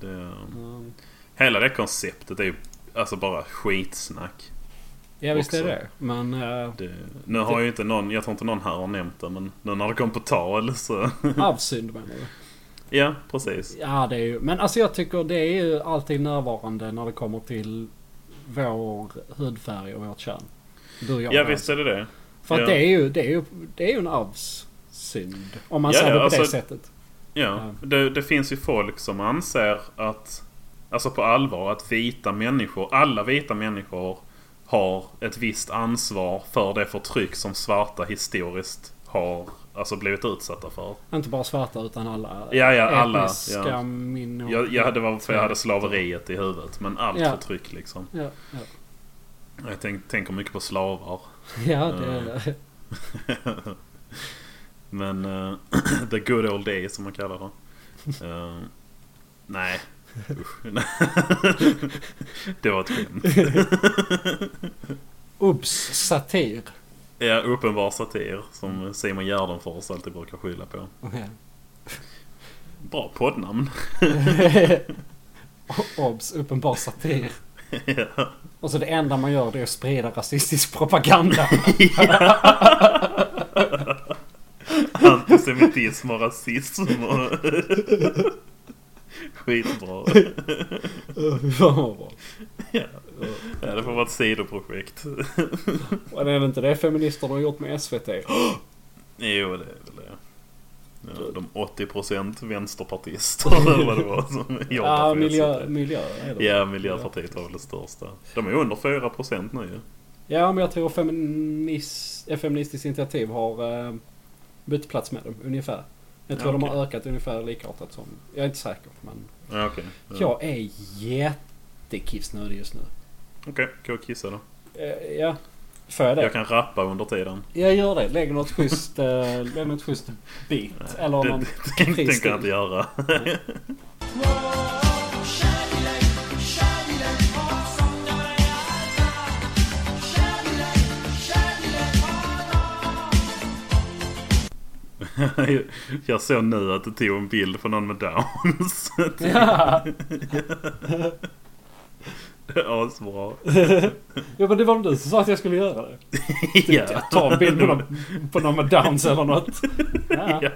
Det...
Mm.
Hela det konceptet är ju alltså bara skitsnack.
Ja visst är
Också.
det Men eh,
Det, nu har ju inte någon, jag tror inte någon här har nämnt det men nu när det kom på tal så...
arvssynd menar du?
ja, precis.
Ja det är ju. Men alltså jag tycker det är ju alltid närvarande när det kommer till vår hudfärg och vårt kön. Du och jag.
Ja,
alltså.
visst är det det.
För att
Ja.
det, är ju, det, är ju, det är ju en arvssynd. Om man
Ja,
säger
ja,
det på det
alltså-
sättet.
Ja, det, det finns ju folk som anser att... Alltså på allvar att vita människor, alla vita människor har ett visst ansvar för det förtryck som svarta historiskt har alltså blivit utsatta för.
Inte bara svarta utan alla
Ja, ja, alla,
etniska
ja.
minoriteter.
Jag, jag, det var för jag hade slaveriet i huvudet men allt
Ja.
förtryck liksom.
Ja, ja.
Jag tänk, tänker mycket på slavar.
ja det är
Men eh, the good old days som man kallar det. Eh, nej. Usch. det var ett skämt.
Ups, satir.
Ja, uppenbar satir som Simon Gärdenfors alltid brukar skylla på. Bra poddnamn.
Obs, uppenbar satir.
Ja.
Och så det enda man gör det är att sprida rasistisk propaganda.
Antisemitism och rasism och... Skitbra.
Fan vad bra.
Ja, det får vara ett sidoprojekt.
Och det är väl inte det feministerna har gjort med SVT?
Jo, det är väl det. Ja, de 80% vänsterpartister eller vad det var som jobbar
Ja,
för
miljö,
SVT.
miljö är det.
Ja, Miljöpartiet var väl det största. De är under 4% nu ju.
Ja, men jag tror feminis, eh, Feministiskt initiativ har eh, bytt plats med dem ungefär. Jag tror
Ja,
de
okej.
har ökat ungefär likartat som... Jag är inte säker, men...
Ja, okej. Ja.
Jag är jättekissnödig just nu.
Okej, gå och kissa då.
Eh, ja, får jag det?
Jag kan rappa under tiden.
Jag gör det. Lägg något schysst, eh, lägg något schysst beat. Eller
Det,
någon
det tänk- tänker jag inte göra.
Kärlek, kärlek har som jag är Kärlek, kärlek har
jag såg nu att du tog en bild på någon med downs.
Ja.
Det är asbra.
Ja men det var du som sa att jag skulle göra det. Typ,
ja.
Ta en bild på någon, på någon med downs eller något. Ja.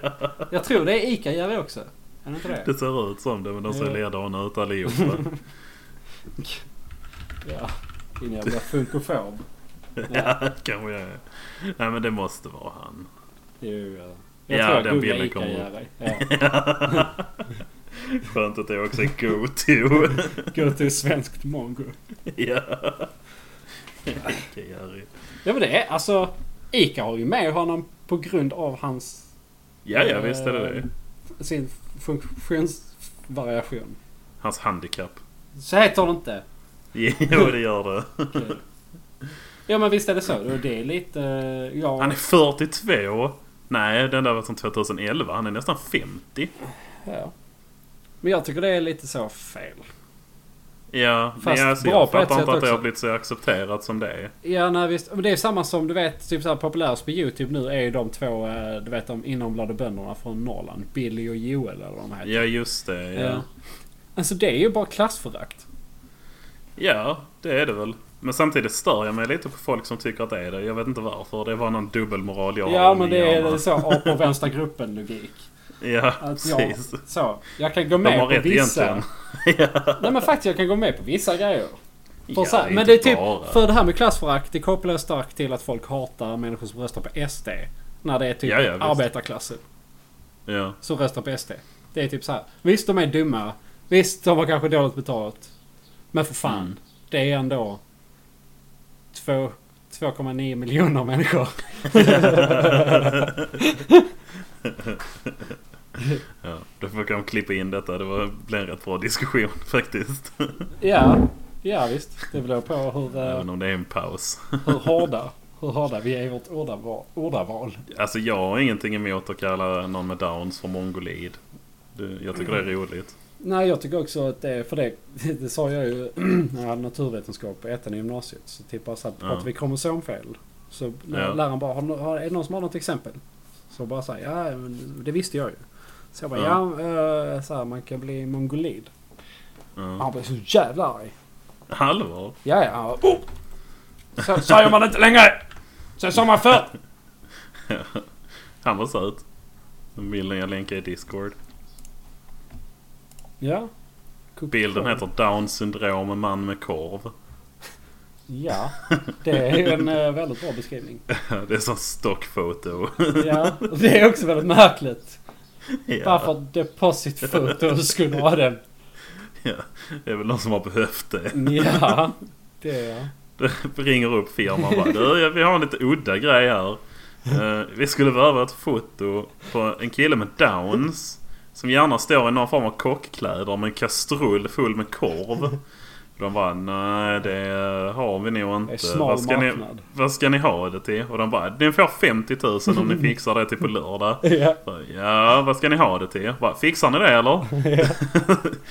Jag tror det är ICA gör det också. Är det inte det?
Det ser ut som det men de ser
Ja.
likadana ut allihopa.
Ja. Innan jag blir funkofob.
ja, kanske jag är. Nej men det måste vara han.
Jo, ja.
Ja,
eh, Jag tror jag
den
googlar
bilden
ICA
kommer upp.
gör det. Ja.
Skönt att det också är go-to.
Gå till svenskt mongo.
ja. Vilken Jerry.
Ja men det är alltså. ICA har ju med honom på grund av hans...
Ja, ja visst är det
eh,
det.
Sin funktionsvariation.
Hans handikapp.
Så heter det inte.
Jo, det gör det.
Okej. Ja men visst är det så. Och Det är lite... eh, Ja,
Han är 42. Nej, den där var från 2011. Han är nästan 50.
ja. Men jag tycker det är lite så fel.
Ja,
Fast
ja, alltså,
bra
jag
på ett
fattar
sätt
inte att det har
också.
blivit så accepterat som det är.
Ja nej, visst. Men det är samma som du vet typ så här populärast på YouTube nu är ju de två eh, du vet de inomlade bönderna från Norrland. Billy och Joel eller vad de heter.
Ja, just det. Ja.
Ja. Alltså det är ju bara klassförakt.
Ja, det är det väl. Men samtidigt stör jag mig lite på folk som tycker att det är det. Jag vet inte varför. Det är bara någon dubbelmoral jag
Ja,
har i
men det
hjärna.
är så apor vänstra gruppen logik.
Ja,
Att jag,
precis.
så, jag kan gå
De har
med på
rätt
vissa.
egentligen.
Nej men faktiskt jag kan gå med på vissa grejer. För
Ja,
så här, men
inte
det är typ,
bara.
för det här med klassförakt det kopplar jag starkt till att folk hatar människor som röstar på SD. När det är typ
Ja, ja, visst.
arbetarklassen
Ja.
som röstar på SD. Det är typ så här. Visst de är dumma. Visst de har kanske dåligt betalt. Men för fan.
Mm.
Det är ändå två- 2,9 miljoner människor.
ja. Då får jag kanske klippa in detta. Det var, blev en rätt bra diskussion faktiskt.
Ja, ja visst. Det beror på hur, eh,
Även om det är en paus.
hur, hårda, hur hårda vi är i vårt ordaval. ordaval.
Alltså jag har ingenting emot att kalla någon med downs för mongolid. Det- Jag tycker det är roligt.
Nej, jag tycker också att det är för det. Det sa jag ju när jag hade naturvetenskap på ettan i gymnasiet. Så typ bara så här,
Ja.
pratar vi kromosomfel. Så när
Ja.
läraren bara, har, no- har, är det någon som har något exempel? Så bara säger ja men det visste jag ju. Så jag bara, ja,
Ja.
eh, så här, man kan bli mongolid.
Ja.
Han blev så jävla arg.
Allvar?
Ja, ja. han bara, Oh! Så säger man inte längre! Så sa man förr!
Han var söt. Den bilden jag länkar i Discord.
Ja. Cook-
Bilden heter Down syndrom, man med korv.
Ja, det är en eh, väldigt bra beskrivning.
Det är som stockfoto.
Ja, och det är också väldigt märkligt.
ja,
Varför depositfotos skulle ha den?
ja. Det är väl någon som har behövt det.
Ja, det är
Det ringer upp firman och bara du, ja, vi har en lite udda grej här. Eh, vi skulle behöva ett foto på en kille med downs. Som gärna står i någon form av kockkläder med en kastrull full med korv. De bara nej det har vi nog
det
inte.
är smal
ska ni,
marknad.
eh, vad ska ni ha det till? Och de bara ni får 50 000 om ni fixar det till på lördag.
Ja,
Ja, vad ska ni ha det till? Bara, fixar ni det eller?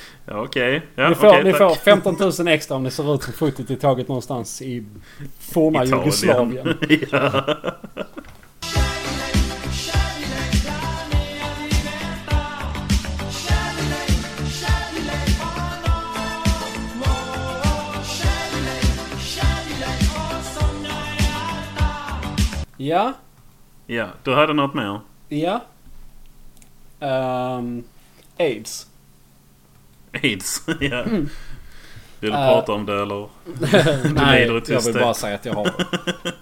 ja, okej. Ja,
ni, får,
okej,
ni
tack.
får 15 000 extra om det ser ut som fotot är taget någonstans i forna
Italien.
Jugoslavien.
ja.
Ja,
ja, du hade något mer?
ja. Ehm, Aids.
Aids. ja. Vill du prata om det eller?
Nej,
lider i
jag vill
tysthet.
bara säga att jag har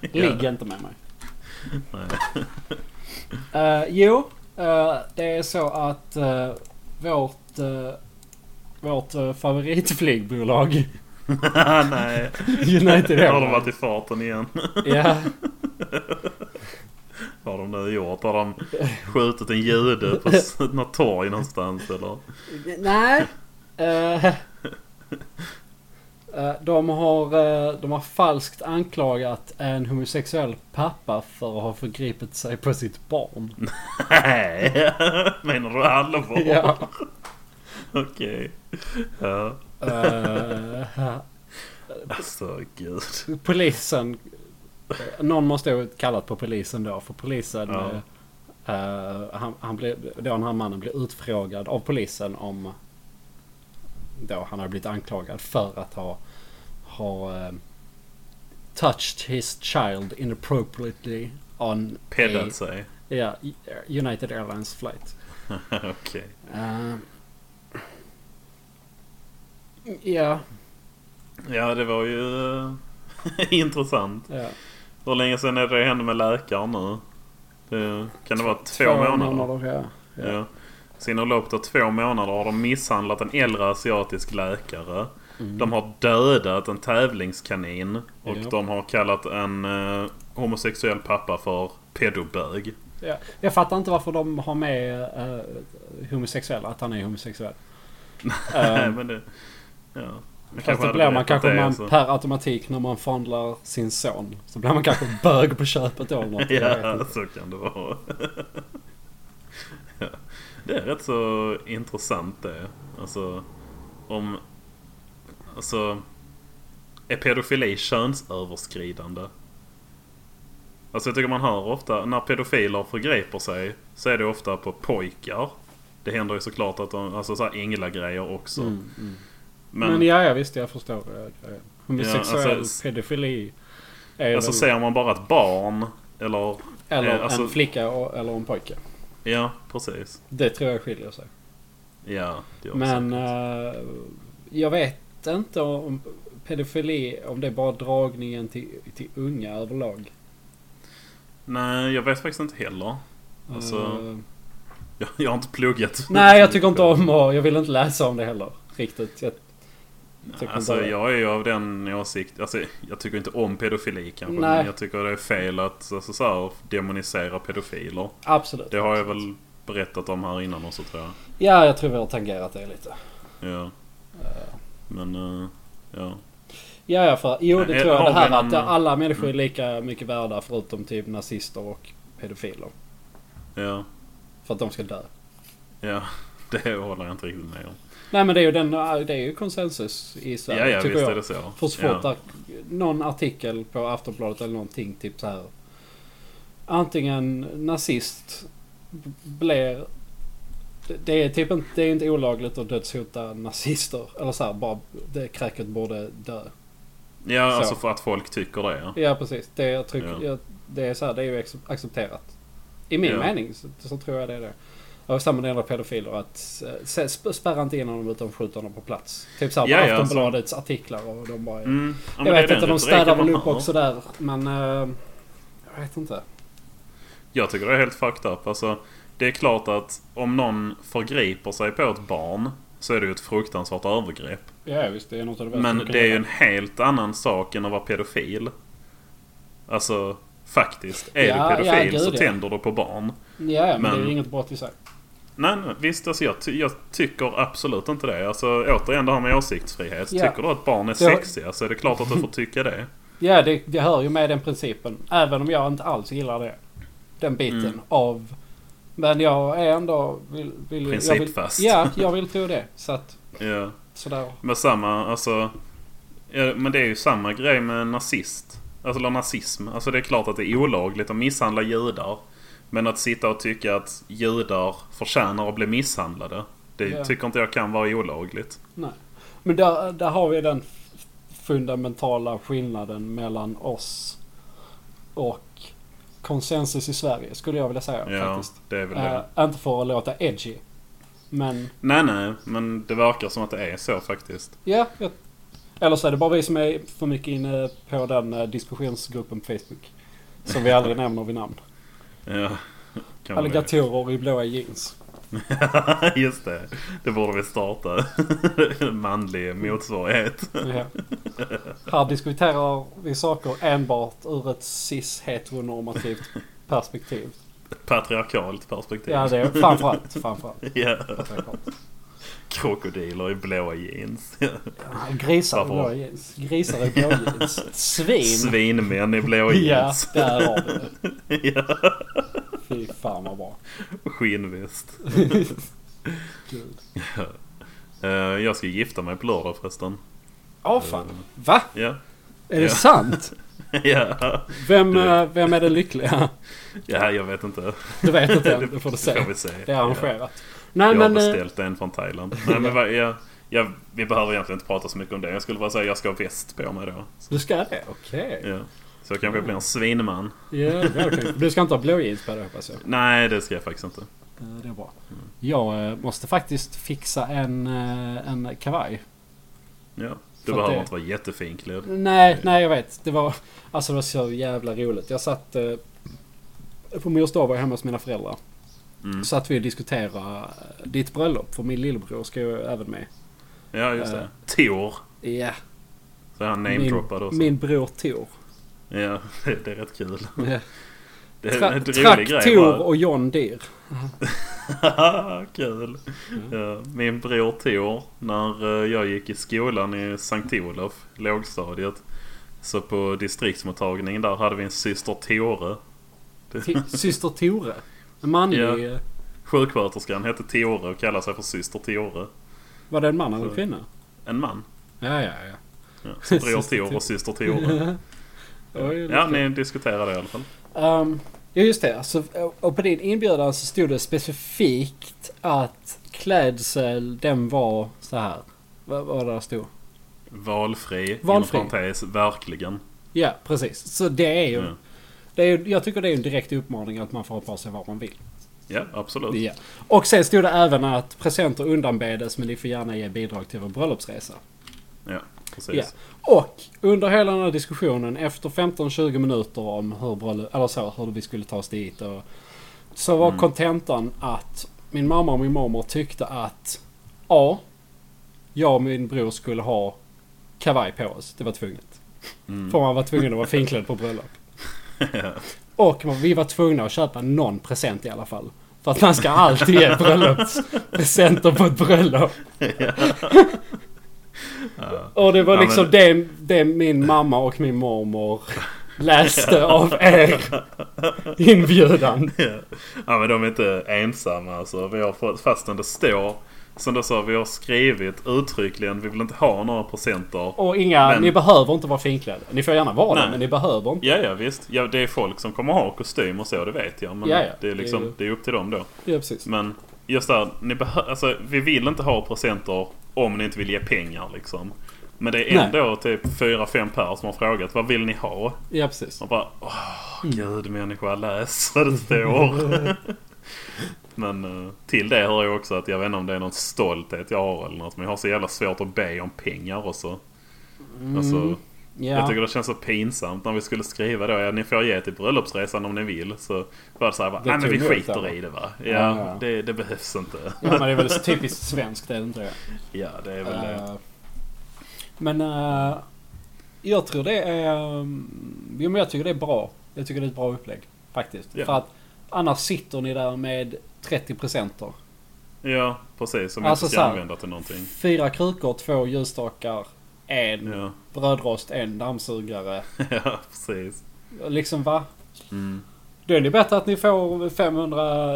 det. Ligg inte med mig.
Nej.
Eh, jo, eh, det är så att eh, vårt, eh, vårt eh, favoritflygbolag
Nej.
United
Har de
Airlines.
varit i farten igen?
Ja,
Vad har de nu gjort? Har de skjutit en jude på s- något torg någonstans eller?
nej. Eh, eh, de, har, eh, de har falskt anklagat en homosexuell pappa för att ha förgripit sig på sitt barn.
Nej. Menar du allvar?
Ja.
Okej. Ja.
Eh,
Alltså gud.
polisen... eh, Någon måste ha kallat på polisen då. För polisen...
Ja.
eh, han, han blev, då den här mannen blev utfrågad av polisen om... Då han hade blivit anklagad för att ha har eh, touched his child inappropriately on a,
Peddat sig.
ja, United Airlines flight.
Okej.
Eh, ja,
Ja, det var ju eh, intressant.
ja.
Hur länge sedan är det det hände med läkaren nu? Det, kan det vara två, månader?
ja.
Ja. Sen har loppet av två månader har de misshandlat en äldre asiatisk läkare. De har dödat en tävlingskanin. Och
Mm. Ja.
de har kallat en eh, homosexuell pappa för pedobög.
Ja. Jag fattar inte varför de har med eh, homosexuella, att han är homosexuell.
Nej,
Eh,
men det... Ja. Man
Fast det
hade
blir man
berättat
kanske
det,
man
alltså.
per automatik när man fondlar sin son. Så blir man kanske bög på köpet då. eller något, jag vet
Ja,
inte.
så kan det vara. ja. Det är rätt så intressant det. Alltså, om... Alltså... Är pedofili könsöverskridande? Alltså jag tycker man hör ofta, när pedofiler förgriper sig så är det ofta på pojkar. Det händer ju såklart att de, alltså så här änglagrejer också.
Mm, mm. Men, ja, ja, visst jag förstår. eh, grejen. Homosexuell
Ja, alltså-
pedofili. Är
Alltså
väl,
ser man bara ett barn eller...
eller
eh, alltså-
en flicka och- eller en pojke.
Ja, precis.
Det tror jag skiljer sig.
Ja, det gör
Men
säkert.
eh, jag vet inte om pedofili, om det är bara dragningen till, till unga överlag.
Nej, jag vet faktiskt inte heller. Alltså,
Eh,
Jag, jag har inte pluggat.
nej, jag tycker inte om och jag vill inte läsa om det heller. Riktigt. Jag, tycker
Alltså
inte om det.
jag är ju av den åsikt, alltså jag tycker inte om pedofili kanske.
Nej.
Men jag tycker det är fel att alltså, så här, demonisera pedofiler.
Absolut.
Det har jag väl berättat om här innan också tror jag.
Ja, jag tror vi har tangerat det lite.
Ja. Men, eh, ja.
Ja, ja, för, jo, det
Nej,
tror jag.
Eh, har
Det
vi Mm.
här att eh,
någon-
alla människor är lika mycket värda förutom typ nazister och pedofiler.
Ja.
För att de ska dö.
Ja. Det håller jag inte riktigt med om.
Nej, men det är ju, den, eh, det är ju konsensus i
Ja,
Sverige,
ja
tycker
visst
jag.
är det så.
För så fort
ja.
där- någon artikel på Aftonbladet eller någonting typ så här. Antingen nazist b- blir... det- Det är typ inte, det är inte olagligt att dödshota nazister. Eller så här, bara det kräket borde dö.
ja,
så.
alltså för att folk tycker det ja.
Ja precis. Det, jag tryck,
Ja.
jag, det är så här, det är ju ex- accepterat. I min
Ja.
mening så, så tror jag det är det. Och samma när det gäller pedofiler att eh, se- sp- spärra inte in honom utan skjut honom på plats. Typ såhär
Ja,
på
ja, alltså.
Aftonbladets artiklar och de bara...
Mm. Ja, men
jag
det är
vet
den
inte, de
retoriken
städar väl
man
upp
har.
också där. Men... eh, jag vet inte.
Jag tycker det är helt fucked up. Alltså, det är klart att om någon förgriper sig på ett barn så är det ju ett fruktansvärt övergrepp.
Ja visst, det är något av det
Men det är ju en helt annan sak än att vara pedofil. Alltså, faktiskt. Är
Ja,
du pedofil
ja, gud,
så
ja.
tänder du på barn.
Ja, men, det är
men-
ju inget brott i sig.
Nej, nej visst. Alltså, jag, ty- jag tycker absolut inte det. Alltså, återigen det här med åsiktsfrihet.
Ja.
Tycker du att barn är
Ja.
sexiga så är det klart att du får tycka det.
Ja, det, det hör ju med den principen. Även om jag inte alls gillar det. Den biten
Mm.
av... Men jag är ändå... Vill, vill, jag vill,
Principfast.
Ja, jag vill tro det. Så att...
Ja.
Sådär.
Men samma, alltså... ja, Men det är ju samma grej med nazist. Alltså, eller nazism. Alltså det är klart att det är olagligt att misshandla judar. Men att sitta och tycka att judar förtjänar att bli misshandlade. Det
Ja.
tycker inte jag kan vara olagligt.
Nej. Men där, där har vi den f- fundamentala skillnaden mellan oss och konsensus i Sverige, skulle jag vilja säga
Ja,
faktiskt.
det är väl det.
Eh, inte för att låta edgy. Men
Nej, nej. Men det verkar som att det är så faktiskt.
ja, jag, eller så är det bara vi som är för mycket inne på den eh, diskussionsgruppen på Facebook. Som vi aldrig nämner vid namn.
Ja. Kan man det.
Alligatorer i blåa jeans.
Just det. Det borde vi starta. Manlig motsvarighet.
Ja. Här diskuterar vi saker enbart ur ett cis-heteronormativt perspektiv.
Patriarkalt perspektiv.
Ja, det är framförallt. framförallt.
Ja.
framförallt.
Krokodiler i blåa jeans.
Grisar i
Varför?
blå jeans. Grisar i blå jeans. Svin.
Svinmän i blåa
Ja,
jeans.
där har vi det.
Ja.
Fy fan vad bra.
Skinnväst.
Gud.
Eh, jag ska gifta mig på lördag förresten.
Åh fan. Va?
Ja.
Är det
Ja.
sant?
Ja.
Vem,
Du vet.
eh, vem är den lyckliga?
ja, jag vet inte.
Du vet inte än. Det får
Får
du se.
vi se.
Det är
Ja.
arrangerat.
Jag
Nej
har
men... eh,
beställt en från Thailand. Nej, men vad, ja. Jag, vi behöver egentligen inte prata så mycket om det. Jag skulle bara säga att jag ska ha väst på mig då. Så,
Du ska det? Okej.
ja. så jag kanske blir en svinman.
Ja, välkommen. Du ska inte ha blå jeans på dig hoppas jag.
Nej, det ska jag faktiskt inte.
Eh, Det är bra. Jag eh, måste faktiskt fixa en, eh, en kavaj.
Ja. Du
För att
behöver
det-
inte vara jättefin klädd.
Nej, nej jag vet. Det var, alltså det var så jävla roligt. Jag satt eh, på mors dag var jag hemma hos mina föräldrar.
Mm.
Satt vi och diskuterade eh, ditt bröllop. För min lillebror ska ju även med.
Ja, just
Eh.
det. Tor.
Ja,
Så är han
min,
namedroppad också.
min bror Tor.
Ja, det, det är rätt kul.
Ja.
Det är
Tra-
en rolig grej
Traktor
bara.
och John Deere.
Haha, Kul!
Mm.
Ja, min bror Tor, när eh, jag gick i skolan i Sankt Olof, lågstadiet. Så på distriktsmottagningen där hade vi en syster Tore.
T- Syster Tore. En manlig...
Ja.
eh,
Sjuksköterskan hette Tore och kallade sig för syster Tore.
Var det en man eller en
Så.
kvinna?
En man.
Ja, ja, ja.
Ja, så bror
Syster
Tor
Tore.
och syster Tore.
Oj, lite-
Ja, ni diskuterade i alla fall.
Ehm, ja, just det. Så, och på din inbjudan så stod det specifikt att klädsel, den var så här. Vad vad var det där stod?
Valfri,
Valfri.
inom parentes, verkligen.
Ja, precis. Så det är ju...
Ja,
Det är, ju- jag tycker det är en direkt uppmaning att man får ha på sig vad man vill.
ja absolut.
Ja. Och sen stod det även att presenter undanbedes men ni får gärna ge bidrag till vår bröllopsresa.
Ja, precis.
Ja. Och under hela den här diskussionen efter 15-20 minuter om hur, bröllop, eller så, hur vi skulle ta oss dit. Och, så var
Mm.
kontentan att min mamma och min mormor tyckte att A. Jag och min bror skulle ha kavaj på oss. Det var tvunget.
Mm.
För man var tvungen att vara finklädd på bröllop.
Ja.
Och vi var tvungna att köpa någon present i alla fall. För att man ska alltid ge bröllopspresenter på ett bröllop.
Ja.
Och det var
Ja, men-
liksom det, det min mamma och min mormor läste av er inbjudan.
Ja. ja men de är inte ensamma alltså. Vi har fått, fastän det står, som du sa, vi har skrivit uttryckligen, vi vill inte ha några procenter.
Och inga,
Men-
ni behöver inte vara finklädda. Ni får gärna vara det,
Nej.
men ni behöver inte.
Ja, ja visst. Ja, det är folk som kommer ha kostym och så, det vet jag. Men
Ja, ja.
det är
Det är ju-
liksom, det är upp till dem då.
Ja, precis.
Men just där, ni behö- alltså, vi vill inte ha procenter om ni inte vill ge pengar liksom. Men det
Nej.
är ändå typ 4-5 pers som har frågat vad vill ni ha?
Ja, precis.
Och bara åh gud människa läs vad det står. men eh, till det hör ju också att jag vet inte om det är någon stolthet jag har eller något. Men jag har så jävla svårt att be om pengar också. Alltså, jag
Mm, Ja.
tycker det känns så pinsamt när vi skulle skriva då. Ja, ni får ge till bröllopsresan om ni vill. Så var det så här, bara,
Det
nej men vi
tog emot,
skiter
eller?
i det va. Ja,
Ja, ja.
Det, det behövs inte.
ja, men det är väl typiskt svenskt, det är det inte det?
Ja, det är väl det.
Eh, Men eh, jag tror det är... Um, jo, men jag tycker det är bra. Jag tycker det är ett bra upplägg. Faktiskt.
Ja.
För att annars sitter ni där med 30 presenter.
Ja, precis. Som
alltså
inte
så
ska
här-
använda till någonting.
Fyra krukor, två ljusstakar, en
Ja,
brödrost, en dammsugare.
ja precis.
Liksom va?
Mm.
Då är det bättre att ni får 500...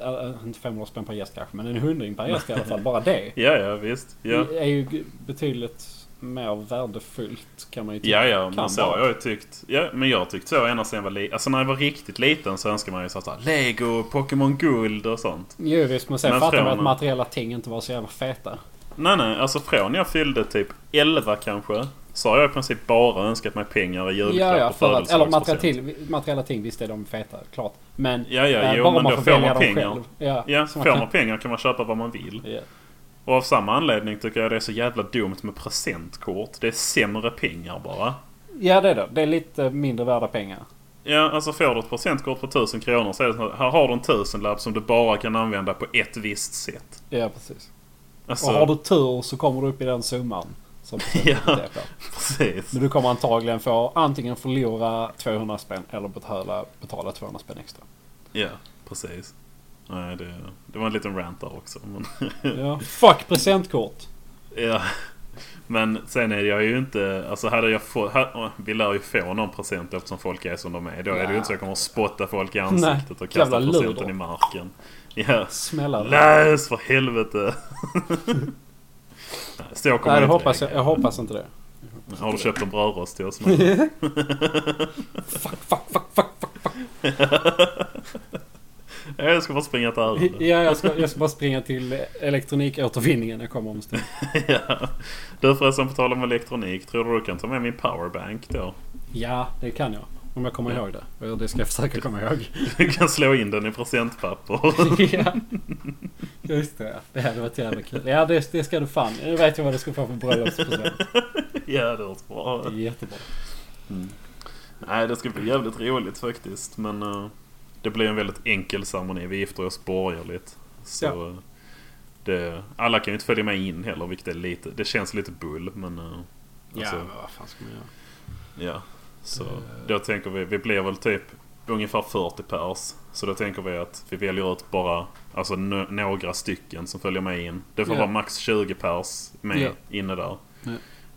Äh, inte 500 spänn per gäst kanske, men en hundring per gäst i alla fall. Bara det.
Ja, ja visst. Ja.
Det är ju g- betydligt mer värdefullt kan man ju tycka.
Ja, ja,
Kan
men så
vara.
har jag ju tyckt. Ja, men jag tyckte så ända sedan jag var liten. Alltså när jag var riktigt liten så önskade man ju så här Lego, Pokémon Guld och sånt.
Jo visst, men sen
Men
fattar man
från-
att materiella ting inte var så jävla feta.
Nej, nej, alltså från jag fyllde typ 11 kanske. Så har jag i princip bara önskat mig pengar i julklapp
Ja, ja,
och
för att, eller materiella,
födelsedagspresent.
till, materiella ting, visst är de feta, klart. Men
Ja, ja,
eh,
jo,
bara
men
man
då
får
får
välja
man
dem
pengar.
själv. Ja,
Ja,
så
får
man
man
kan-
pengar kan man köpa vad man vill.
Ja.
Och av samma anledning tycker jag det är så jävla dumt med presentkort. Det är sämre pengar bara.
ja, det är det. Det är lite mindre värda pengar.
Ja, alltså får du ett presentkort på 1000 kronor så är det så här, här har du en tusenlapp som du bara kan använda på ett visst sätt.
Ja, precis.
Alltså,
Och har du tur så kommer du upp i den summan. Som
Ja.
det är på.
Precis.
Men du kommer antagligen få antingen förlora 200 spänn eller betala, betala 200 spänn extra.
Ja, precis. Nej, det, det var en liten rant där också. Men,
Ja. Fuck presentkort!
ja. men sen är jag ju inte... Alltså hade jag få, ha, vi lär ju få någon present eftersom folk är som de är. Då är det ju inte så jag kommer att spotta folk i ansiktet och kasta
jävla
presenten
luder.
i marken. Ja.
Smälla
Läs för helvete! Nej, Så jag kommer
Nej, det
inte
hoppas jag,
reagera.
jag hoppas inte det.
Har du köpt en brödrost till oss nu?
Fuck, fuck, fuck, fuck, fuck.
Jag ska bara springa till
Ja,
ärende.
jag ska, jag ska bara springa till elektronikåtervinningen. Jag kommer om en stund.
ja. Du förresten, på tal om elektronik. Tror du du kan ta med min powerbank då?
Ja, det kan jag. Om jag kommer ihåg det. Och Det ska jag försöka komma ihåg.
Du kan slå in den i presentpapper.
ja. Just det. ja. Det hade varit jävla kul. Ja, det, det ska du fan. Nu vet jag vad du ska få för bröllopspresent.
ja, det låter bra.
Jättebra.
Nej, det ska bli jävligt roligt faktiskt. Men eh, det blir en väldigt enkel ceremoni. Vi gifter oss borgerligt. Så
Ja.
eh, det, alla kan ju inte följa med in heller, vilket är lite, det känns lite bull. Men eh, alltså,
ja, men vad fan ska man göra?
ja. Så
Det-
då tänker vi, vi blir väl typ ungefär 40 pers. Så då tänker vi att vi väljer ut bara alltså, nö- några stycken som följer med in. Det får
Ja.
vara max 20 pers med
Ja.
inne där.
Ja.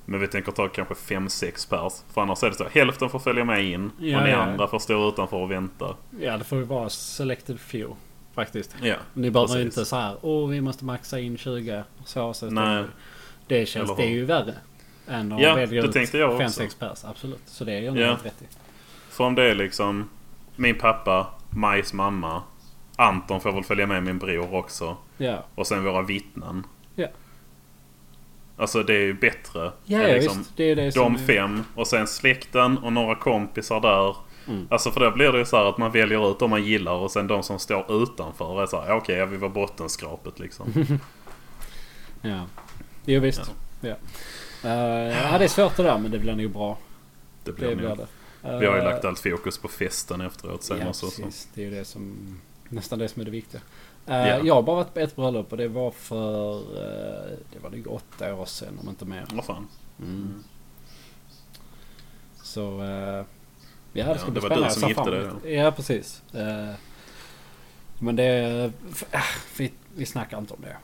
Men vi tänker ta kanske 5-6 pers. För annars är det så. Hälften får följa med in
Ja,
och ni
ja.
andra får stå utanför och vänta.
Ja, det får ju vara selected few. Faktiskt.
Ja.
Ni behöver ju
Precis.
inte så här. Åh, vi måste maxa in 20. Så, så,
Nej.
Det känns,
Eller
det är
hur?
ju värre. Än att
Ja,
välja
det
ut
tänkte jag också.
5-6 pers. Absolut. Så det är ju nog
Ja.
helt rätt i.
För om det är liksom min pappa, Majs mamma, Anton får väl följa med min bror också.
Ja.
Och sen våra vittnen.
Ja.
Alltså det är ju bättre.
Ja,
än
ja
liksom
visst. Det är det som
De
är-
fem och sen släkten och några kompisar där.
Mm.
Alltså för då blir det ju så här att man väljer ut de man gillar och sen de som står utanför är så här, "Ja, okej ja, vi var bottenskrapet liksom.
Ja. Jo visst. Ja. Ja. ja, det är svårt det där men det blir nog bra.
Det blir
Det blir
nog.
det.
Vi har ju
Eh,
lagt allt fokus på festen efteråt sen
ja,
också. Så.
precis. Det är ju det som, nästan det som är det viktiga. Eh,
Ja.
Jag har bara varit på ett bröllop och det var för, eh, det var nog åtta år sedan om inte mer.
Vad fan.
Mm. Så, eh, ja det ska
det
bli
var du
spännande. Jag
som
ser
gifte
fram
dig
emot- Ja, precis. Eh, Men det, f- ah, vi, vi snackar inte om det.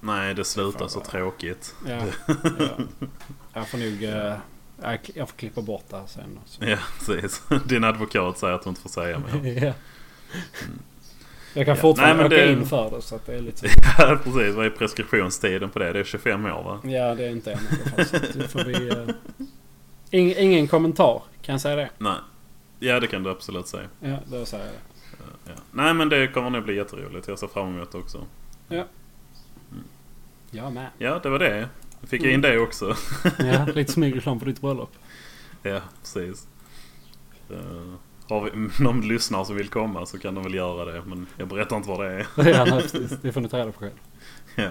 Nej det slutar
Fan,
så
vad-
tråkigt.
Ja, ja. Jag får nog... eh, Jag, jag får klippa bort det här sen. också.
Ja, precis. Din advokat säger att hon inte får säga mer.
Ja. Jag kan
Ja.
fortfarande
Nej, men
åka
det-
in för det så att det är lite så.
Ja, precis. Vad är preskriptionstiden på det? Det är 25 år va?
Ja, det är inte än. i alla fall, så att det får vi, eh, ing, ingen kommentar, kan jag säga det?
Nej. Ja, det kan du absolut säga.
Ja, då säger jag det.
Ja. Nej, men det kommer nog bli jätteroligt. Jag ser fram emot det också.
Jag med.
Ja, det var det. Då fick jag in det också.
Ja, lite smygreklam på ditt bröllop.
Ja, precis. Eh, har vi någon lyssnare som vill komma så kan de väl göra det. Men jag berättar inte vad det är.
Ja, nej, precis. Det får ni ta reda på själv.
Ja.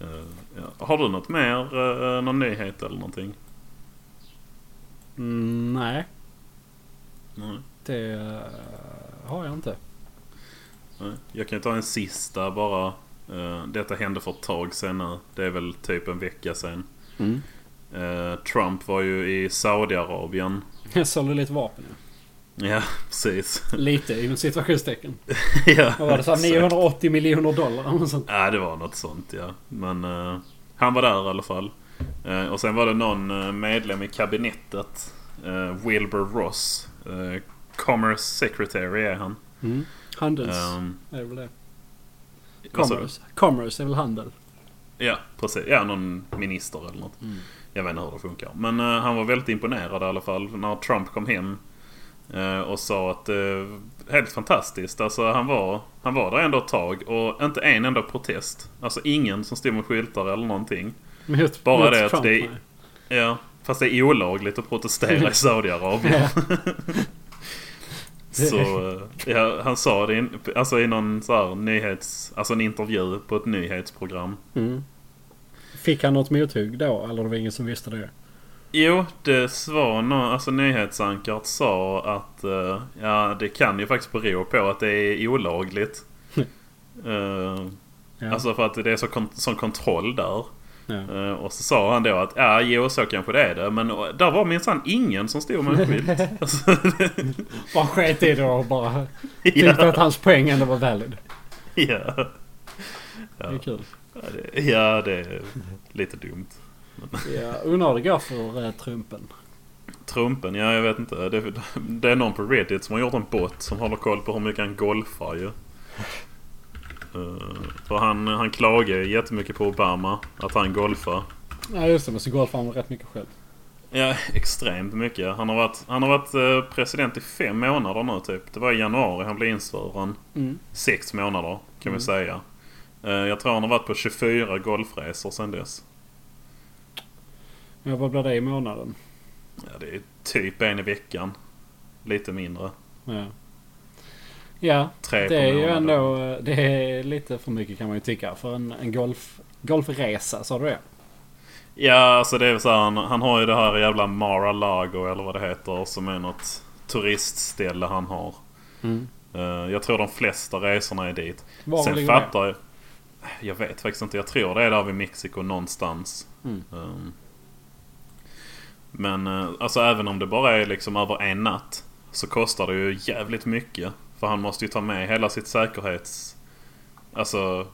Eh, ja. Har du något mer? eh, Någon nyhet eller någonting?
Mm, nej,
Nej.
det eh, har jag inte.
Nej. Jag kan ju ta en sista bara. Eh, Detta hände för ett tag sedan nu. Det är väl typ en vecka sedan.
Mm.
Eh, Trump var ju i Saudiarabien.
Jag sålde lite vapen. ja.
Ja, precis.
Lite inom situationstecken.
ja,
Vad var det? Så här,
exakt.
980 miljoner dollar. eller något sånt.
Ja, det var något sånt ja. Men eh, han var där i alla fall. Eh, och sen var det någon eh, medlem i kabinettet. Eh, Wilbur Ross. Eh, Commerce Secretary är han.
Mm. Handels
Ehm,
är väl det.
vad sa du?
Commerce. Commerce är väl handel.
Ja, precis. Ja, någon minister eller något.
Mm.
Jag vet inte hur det funkar. Men eh, han var väldigt imponerad i alla fall när Trump kom hem. eh, och sa att uh, helt fantastiskt. Alltså han var, han var där ändå ett tag och inte en enda protest. Alltså ingen som stod med skyltar eller någonting.
Mot,
Bara
mot
det att
Trump,
det-
nej.
Ja, fast det är olagligt att protestera i Saudiarabien. så eh, ja, han sa det i, en- alltså i någon så här nyhets... Alltså en intervju på ett nyhetsprogram.
Mm. Fick han något mothugg då? Eller det var ingen som visste det?
Jo, det var någon, alltså nyhetsankart sa att eh, ja, det kan ju faktiskt bero på att det är olagligt. Eh,
Ja.
Alltså för att det är så kon- sån kontroll där.
ja.
Eh, och så sa han då att ja, jo så kanske det är det. Men eh, där var minsann ingen som stod med en skylt. alltså,
Bara sket i det och bara tyckte
ja,
att hans poäng ändå var valid.
ja.
Det är kul.
Ja, det- ja, det är lite dumt.
Ja, undrar hur det går för eh, Trumpen.
Trumpen, ja jag vet inte. Det, det är någon på Reddit som har gjort en bot som håller koll på hur mycket han golfar ju. Eh, För han, han klagar ju jättemycket på Obama, att han golfar.
Ja just det, men så golfar han rätt mycket själv.
Ja, extremt mycket. Han har varit, han har varit eh, president i fem månader nu typ. Det var i januari han blev insvuren.
Mm.
Sex månader kan
Mm.
vi säga. Eh, Jag tror han har varit på 24 golfresor sedan dess.
Men vad blir det i månaden?
Ja, det är typ en i veckan. Lite mindre.
Ja. Ja,
Tre
det
på
är ju
månaden.
ändå eh, det är lite för mycket kan man ju tycka. För en, en golf, golfresa, sa du det?
Ja, alltså det är väl så här, han, han har ju det här jävla Mar-a-Lago eller vad det heter som är något turistställe han har. Eh, Jag tror de flesta resorna är dit.
Var
Sen
ligger det?
fattar jag... Jag vet faktiskt inte. Jag tror det är där vid Mexiko någonstans.
Mm.
Ehm, Men eh, alltså även om det bara är liksom över en natt så kostar det ju jävligt mycket. För han måste ju ta med hela sitt säkerhets... Alltså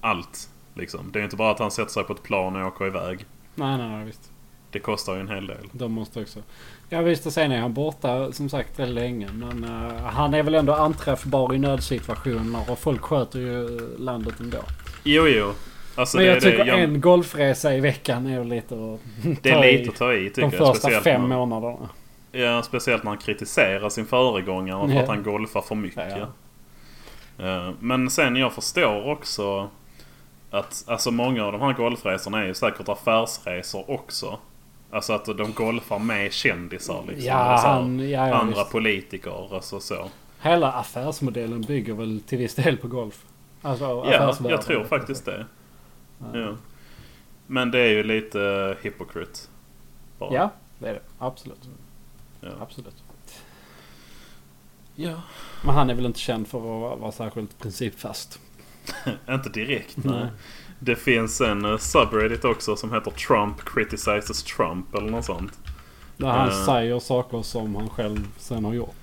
allt. Liksom. Det är ju inte bara att han sätter sig på ett plan och åker iväg.
Nej, nej, nej, visst.
Det kostar ju en hel del.
De måste också. Ja visst, och sen är han borta som sagt rätt länge. Men eh, han är väl ändå anträffbar i nödsituationer och folk sköter ju landet ändå.
Jo, jo. Alltså,
men
det,
jag
det,
tycker
jag-
en golfresa i veckan är väl lite att
det är
ta i
lite att ta i tycker
de
jag.
första
Speciellt
fem
när-
månaderna.
Ja, speciellt när han kritiserar sin föregångare för
Ja.
att han golfar för mycket.
Ja,
Eh, Men sen jag förstår också att alltså många av de här golfresorna är ju säkert affärsresor också. Alltså att de golfar med kändisar liksom.
Ja,
Eller så här,
han, ja, ja,
andra
visst.
politiker, alltså så.
Hela affärsmodellen bygger väl till viss del på golf. Alltså
Ja,
affärsvärlden,
jag tror
vet
faktiskt det.
inte.
Ja. Men det är ju lite eh, hypocrite. bara.
Ja, det är det. Absolut.
Ja.
Absolut.
ja.
Men han är väl inte känd för att vara särskilt principfast.
Inte direkt,
Nej.
nej. Det finns en eh, subreddit också som heter Trump criticizes Trump eller något sånt.
När han
Eh.
säger saker som han själv sen har gjort.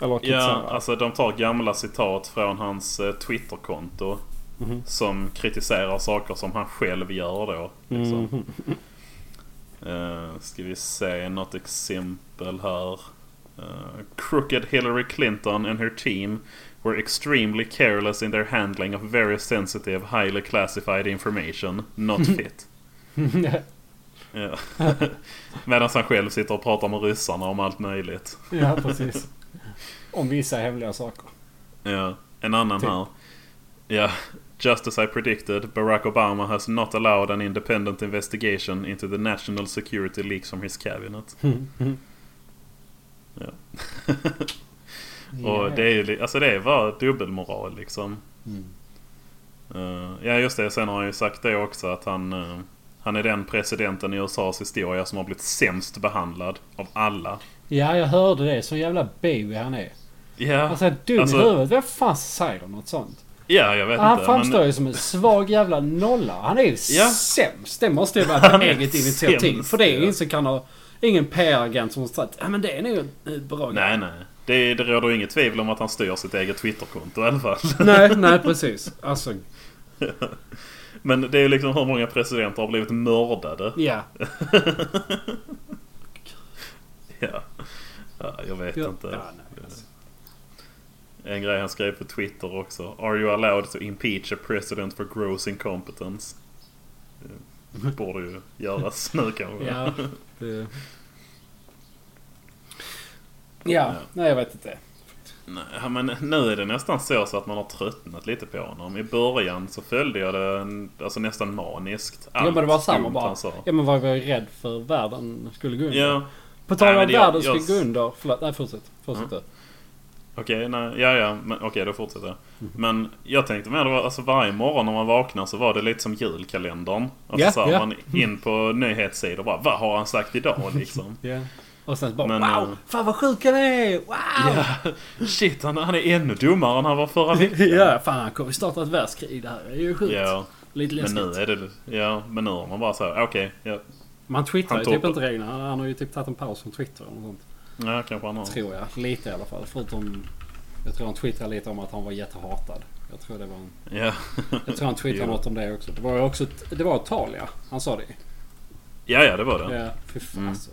Eller
Ja,
kritiserar.
alltså de tar gamla citat från hans eh, Twitterkonto
Mhm.
som kritiserar saker som han själv gör då. Liksom.
Mhm.
Eh, ska vi se något exempel här. Eh, crooked Hillary Clinton and her team were extremely careless in their handling of very sensitive, highly classified information. Not fit. alltså. Ja. Medan han själv sitter och pratar med ryssarna om allt möjligt.
ja, precis. Om vissa hemliga saker.
Ja. En annan
Typ.
här. Ja. Just as I predicted, Barack Obama has not allowed an independent investigation into the national security leaks from his cabinet. Ja. Och det är ju li- alltså det är bara dubbelmoral liksom.
Mm.
Eh, ja just det, sen har han ju sagt det också att han, eh, han är den presidenten i USAs historia som har blivit sämst behandlad av alla.
Ja, jag hörde det. Så jävla baby han är.
Ja,
Alltså dum
Alltså-
i huvudet. Vem fan säger något sånt?
ja jag vet
Han
inte.
framstår ju som en svag jävla nolla. Han är ju
Ja.
sämst. Det måste ju vara ett
Han är
eget initiativ.
sämst,
För det är ju
ja.
ingen som kan ha... Ingen PR-agent som har sagt ja men det är nog en bra grej."
Nej, nej. Det, det råder inget tvivel om att han styr sitt eget Twitterkonto i alla fall.
nej, nej precis. Alltså,
Men det är ju liksom hur många presidenter har blivit mördade.
ja.
Ja. ja jag vet
Ja.
inte.
Ja, nej, alltså.
En grej han skrev på Twitter också. Are you allowed to impeach a president for gross incompetence? Det borde ju göras nu kanske.
Ja, det... Ja, nej jag vet inte.
Nej, men nu är det nästan så, så att man har tröttnat lite på honom. I början så följde jag det en- alltså nästan maniskt.
Ja, men det var samma
dumt
bara.
han sa.
Ja men var jag rädd för världen skulle gå under.
alltså. Ja,
På tal om
Nej, men jag-
världen skulle
jag-
gå under. Förlåt, nej fortsätt. Fortsätt du.
Okej, nej, ja, ja, men, okej, då fortsätter jag.
Mm-hmm.
Men jag tänkte mer, det var, alltså varje morgon när man vaknar så var det lite som julkalendern. Alltså
Ja,
så här,
ja.
man in på nyhetssidor bara, vad har han sagt idag liksom?
Ja. Och sen bara
Men,
wow!
eh,
Fan vad sjuk han är! Wow!
ja, shit, han, han är ännu dummare än han var förra veckan.
ja, fan han kommer starta ett världskrig. Det här är ju sjukt.
Ja,
Lite
men
läskigt.
nu eh, är det, ja, men nu har man bara så här, okej, ja,
Man twittrar
Han
ju
tog
typ
på-
inte reglerna. Han, han har ju typ tagit en paus från Twitter eller något sånt.
ja, kanske han har.
Tror jag. Lite i alla fall. Förutom... Jag tror han twittrade lite om att han var jättehatad. Jag tror det var en...
Ja,
Jag tror han twittrade
Jo.
något om det också. Det var ju också... ett- Det var ett tal ja. Han sa det ju.
ja, ja det var det.
Ja. Fy fan
Mm.
alltså.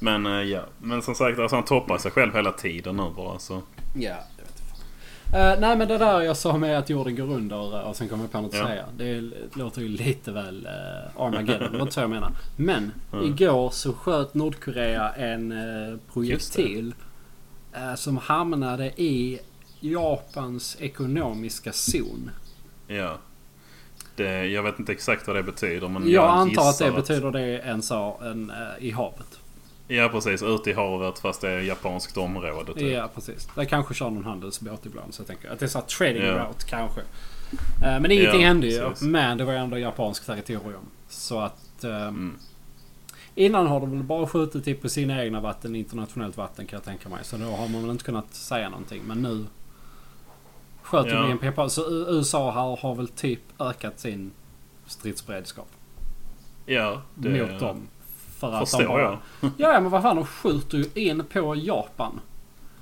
Men eh, ja, men som sagt, alltså, han toppar sig själv hela tiden nu bara så.
Ja, jag vet inte fan. Eh, nej men det där jag sa med att jorden går under eh, och sen kommer jag på något att
Ja.
säga. Det låter ju lite väl eh, Armageddon. Det var inte så jag menar. Men igår så sköt Nordkorea en eh, projektil. Eh, som hamnade i Japans ekonomiska zon.
Ja. Det, jag vet inte exakt vad det betyder men
Jag antar att
gissar
det betyder det en sa en, eh, i havet.
Ja precis, ute i havet fast det är japanskt område typ.
Ja precis. Där kanske kör någon handelsbåt ibland. Så jag tänker att det är så här trading
Ja.
route kanske. Eh, Men ingenting
Ja,
hände ju.
precis.
Men det var ändå japanskt territorium. Så att... eh,
Mm.
Innan har de väl bara skjutit typ på sina egna vatten, internationellt vatten kan jag tänka mig. Så då har man väl inte kunnat säga någonting. Men nu sköt
Ja.
de in på... Så U- USA har, har väl typ ökat sin stridsberedskap
Ja, det
mot dem. För att de
förstår
bara,
jag.
Ja, ja men vad fan de skjuter ju in på Japan.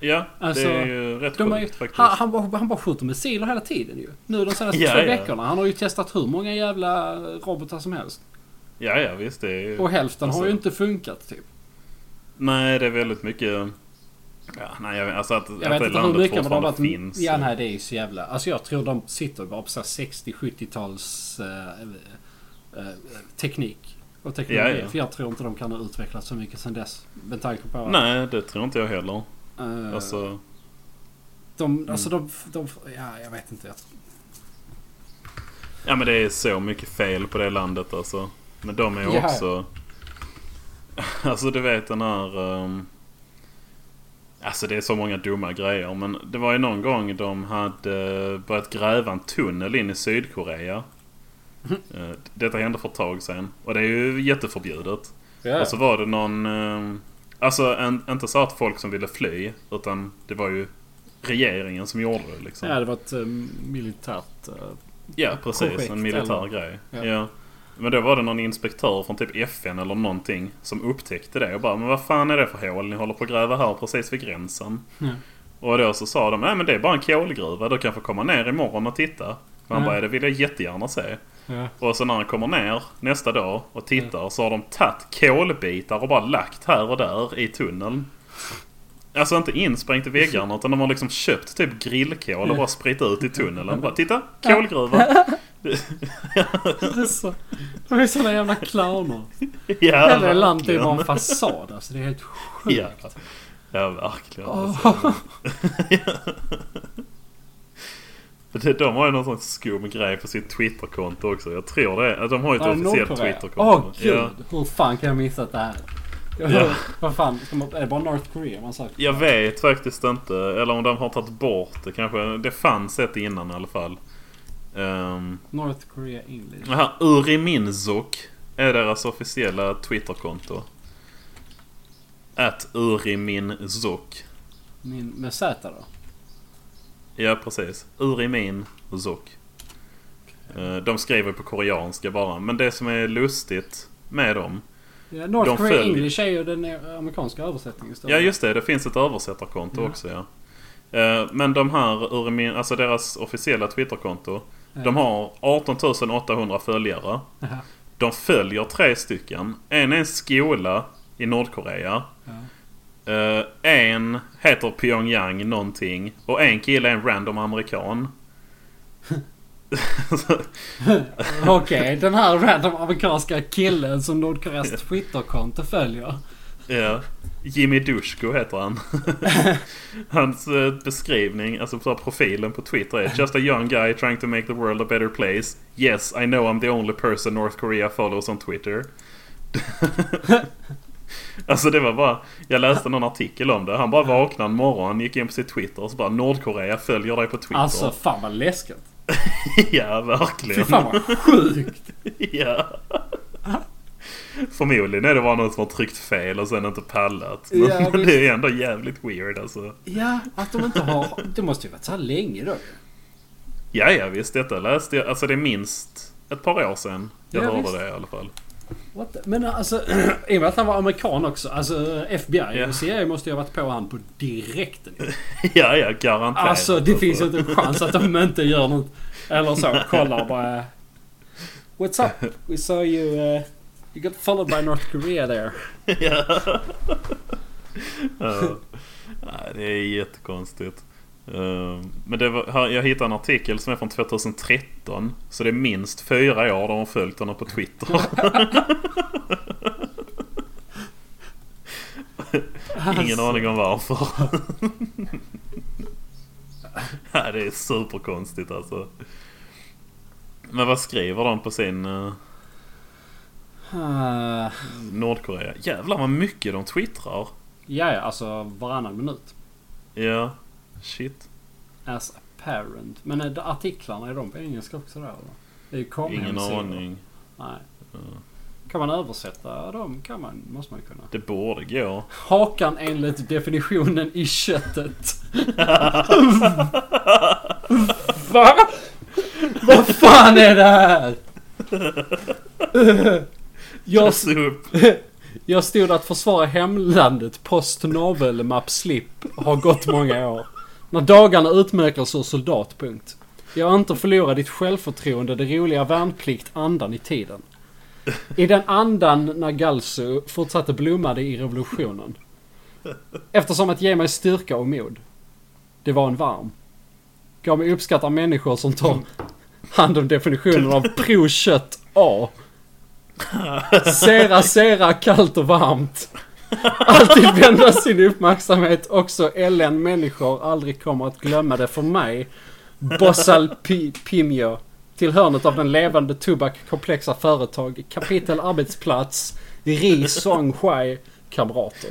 Ja,
Alltså,
det är ju rätt
De är, ju-
sjukt faktiskt.
han, han, bara, han bara skjuter missiler hela tiden ju. Nu de senaste
Ja,
två
ja.
veckorna. Han har ju testat hur många jävla robotar som helst.
Ja, ja visst. Det är ju...
Och hälften har
Alltså-
ju inte funkat typ.
Nej, det är väldigt mycket... Ja, nej, jag vet, alltså att,
Jag
att
vet
det
inte hur mycket men de har
fortfarande
varit...
finns.
Ja nej det är ju så jävla... Alltså jag tror de sitter bara på så här 60-70-tals eh, eh, teknik. Och teknologi.
Ja, ja.
För jag tror inte de kan ha utvecklats så mycket sedan dess. Med tanke på...
Nej, det tror inte jag heller.
eh,
Alltså, mm.
de, alltså de, de... Ja jag vet inte. Jag
ja men det är så mycket fel på det landet alltså. Men de är ju
Ja.
också... Alltså du vet den här... ehm, Alltså det är så många dumma grejer. Men det var ju någon gång de hade börjat gräva en tunnel in i Sydkorea. Eh, Detta hände för ett tag sedan. Och det är ju jätteförbjudet.
Ja.
Och så var det någon... ehm, Alltså en, inte så att folk som ville fly. Utan det var ju regeringen som gjorde det liksom.
ja, det var ett eh, militärt... eh,
Ja, precis.
projekt
en militär
eller-
grej.
Ja.
Ja. Men då var det någon inspektör från typ FN eller någonting som upptäckte det och bara Men vad fan är det för hål ni håller på att gräva här precis vid gränsen?
Ja.
Och då så sa de Nej men det är bara en kolgruva, du kan få komma ner imorgon och titta. Och han
Ja.
bara "Ja, det vill jag jättegärna se.
ja.
Och så när han kommer ner nästa dag och tittar så har de tagit kolbitar och bara lagt här och där i tunneln. Alltså inte insprängt i väggarna utan de har liksom köpt typ grillkol och bara spritt ut i tunneln. Bara, Titta! Kolgruva!
Det är så- De är såna jävla clowner.
Ja,
Hela det landet är
verkligen.
bara en typ. fasad alltså. Det är helt sjukt.
Ja, ja ah, verkligen.
Åh.
De, de har ju någon sån skum grej på sitt Twitterkonto också. Jag tror det. är- De har ju ett
Ja,
officiellt
Nordkorea.
Twitterkonto.
Åh gud.
ja,
Hur fan kan jag missat det här?
Ja.
Vad fan, ska man, är det bara North Korea man sagt?
jag vet faktiskt inte. Eller om de har tagit bort det kanske. Det fanns ett innan i alla fall. Um,
North Korea English.
det här Uriminzok är deras officiella Twitterkonto. Att Uriminzok.
Min, med Z då?
Ja, precis. Urimin och Zok. Eh, De skriver på koreanska bara. Men det som är lustigt med dem...
Ja, North
De
Korea
följer-
English är ju den e- amerikanska översättningen. står
Ja,
det.
just det. Det finns ett översättarkonto
Ja.
också, ja. Eh, Men de här Urimin, alltså deras officiella Twitterkonto.
Ja.
De har 18 800 följare.
Ja.
De följer tre stycken. En är en skola i Nordkorea. Eh, en heter Pyongyang någonting. Och en kille är en random amerikan. Så-
Okej, den här random amerikanska killen som Nordkoreas Twitterkonto följer.
Ja. Jimmy Dushko heter han. Hans eh, beskrivning, alltså så här profilen på Twitter är Just a young guy trying to make the world a better place. Yes, I know I'm the only person North Korea follows on Twitter. alltså det var bara, jag läste någon artikel om det. Han bara vaknade en morgon, gick in på sitt Twitter och så bara Nordkorea följer dig på Twitter.
Alltså fan vad läskigt.
ja,
Fy
verkligen.
fan vad sjukt.
ja. Förmodligen är det bara någon som har tryckt fel och sen inte pallat. Men,
Ja,
men
visst.
det är ändå jävligt weird alltså.
Ja, att de inte har... Det måste ju varit så här länge då.
Ja, ja visst. Detta läste jag. Alltså det är minst ett par år sedan jag
Ja,
hörde
visst.
det i alla fall.
What the? Men alltså, i och med att han var amerikan också. Alltså FBI
Ja.
och CIA måste ju ha varit på han på direkten.
ja, ja. Garanterat.
Alltså det finns ju inte en chans att de inte gör något. Eller så, kollar bara... What's up? We saw you... Uh, you got followed by North Korea there.
ja. Ja. Nej, det är jättekonstigt. Eh, Men det var, här, jag hittade en artikel som är från 2013. Så det är minst fyra år där hon följt honom på Twitter.
Alltså.
Ingen aning om varför. ja, det är superkonstigt alltså. Men vad skriver de på sin eh,
Ah,
Nordkorea? Jävlar vad mycket de twittrar.
ja, ja, alltså varannan minut.
Ja, shit.
As apparent. Men är det- artiklarna, är de på engelska också där? Eller? Det är ju kom
Ingen
hemsidor.
aning.
Nej. Kan man översätta dem? Kan man, måste man ju kunna.
Det borde gå.
Hakan enligt definitionen i köttet. Va? Vad fan är det här? Jag,
Läs upp.
jag stod att försvara hemlandet post novel map slip har gått många år. När dagarna utmärkes ur soldatpunkt. Jag har inte förlorat ditt självförtroende, det roliga värnplikt, andan i tiden. I den andan Nagalsu fortsatte blommade i revolutionen. Eftersom att ge mig styrka och mod. Det var en varm. Gav mig uppskattar människor som tar hand om definitionen av provkött A. Sera, sera, kallt och varmt. Alltid vända sin uppmärksamhet också LN människor aldrig kommer att glömma det för mig. Bossal Pi- Pimio. Till hörnet av den levande tobak komplexa företag. Kapitel arbetsplats. Ri Song Shuai. Kamrater.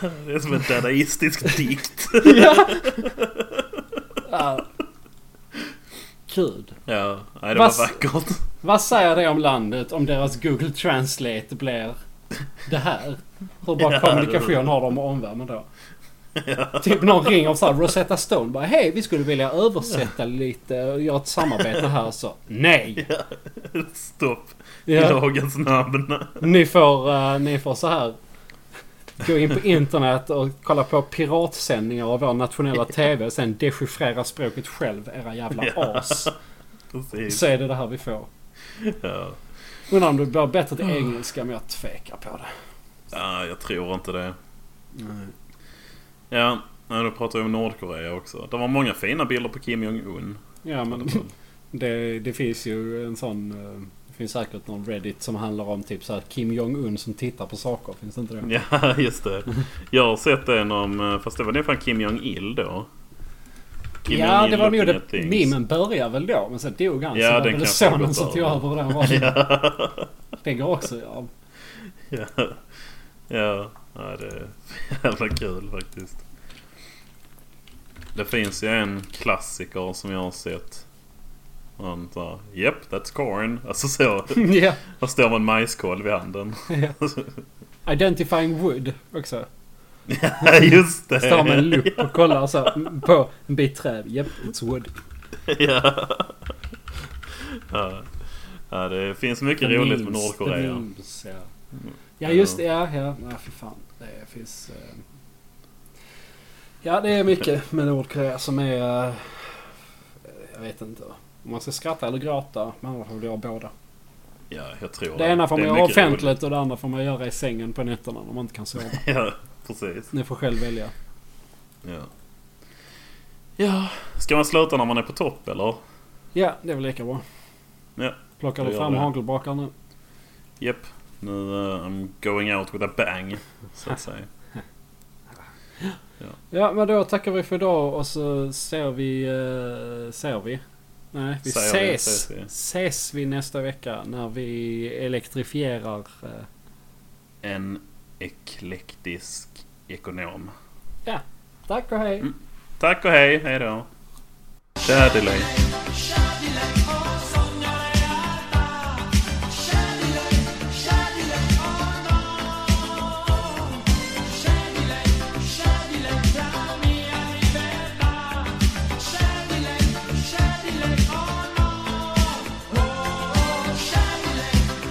Det är som en dadaistisk dikt.
Ja. Ja. Gud.
Ja, nej, det
Vad-
var vackert.
Vad säger det om landet om deras Google Translate blir det här? Hur bra
Ja,
kommunikation
det-
har de med omvärlden då? Typ någon ringer och så här, Rosetta Stone bara Hej vi skulle vilja översätta lite och göra ett samarbete här så Nej!
Stopp. I
Ja,
lagens namn.
ni, får, eh, ni får så här Gå in på internet och kolla på piratsändningar av vår nationella TV och sen dechiffrera språket själv era jävla
Ja.
as.
Precis.
Så är det det här vi får.
Ja.
Undrar om det blir bättre
Ah.
till engelska men jag tvekar på det.
ja, jag tror inte det. Ja, nej, då pratar vi om Nordkorea också. Det var många fina bilder på Kim Jong-Un.
Ja men det, det finns ju en sån... eh, Det finns säkert någon Reddit som handlar om typ så här Kim Jong-Un som tittar på saker. Finns det inte det?
Ja, just det. Jag har sett en om... eh, Fast det var nog fan Kim Jong-Il då. Kim
ja
Jong-Il
det var nog
looking
det.
at things.
Memen började väl då men sen dog han.
Ja,
så det
den
var väl
kanske
sonen
hade
som
gått
tog
över.
över den rollen.
Ja.
Det går också ja.
Ja. ja, ja det är jävla kul faktiskt. Det finns ju en klassiker som jag har sett. Han sa Yep, that's corn. Alltså så.
ja.
Och står med en majskolv i handen.
Identifying Wood också.
Ja, just det.
Står med en lupp och kollar så här på en bit träd. Yep, it's wood.
ja. Ja. ja, det finns mycket
The
roligt med
memes, the
Nordkorea.
memes, ja. ja just det, ja, ja. ja för fan. Det finns... eh, Ja det är mycket med Nordkorea som är... eh, Jag vet inte. Om man ska skratta eller gråta. Man får väl göra båda.
Ja, jag tror
Det ena får
Det
man
är
göra
mycket
offentligt och det andra får man göra i sängen på nätterna när man inte kan sova.
roligt. Ja, precis.
Ni får själv välja.
Ja. ja. Ska man sluta när man är på topp eller?
Ja, det är väl lika bra.
Ja,
Plockar
då
du
gör
fram
det.
hagelbrakaren nu?
Japp. Nu eh, I'm going out with a bang. Så att säga.
Ja, men då tackar vi för idag och så ser vi... Eh, ser vi? Nej, vi
Ser vi,
ses.
ses vi.
ses vi nästa vecka när vi elektrifierar... Eh,
En eklektisk ekonom.
tack och hej!
Tack och hej. Hej då. Daddelej.
Oh, oh, oh,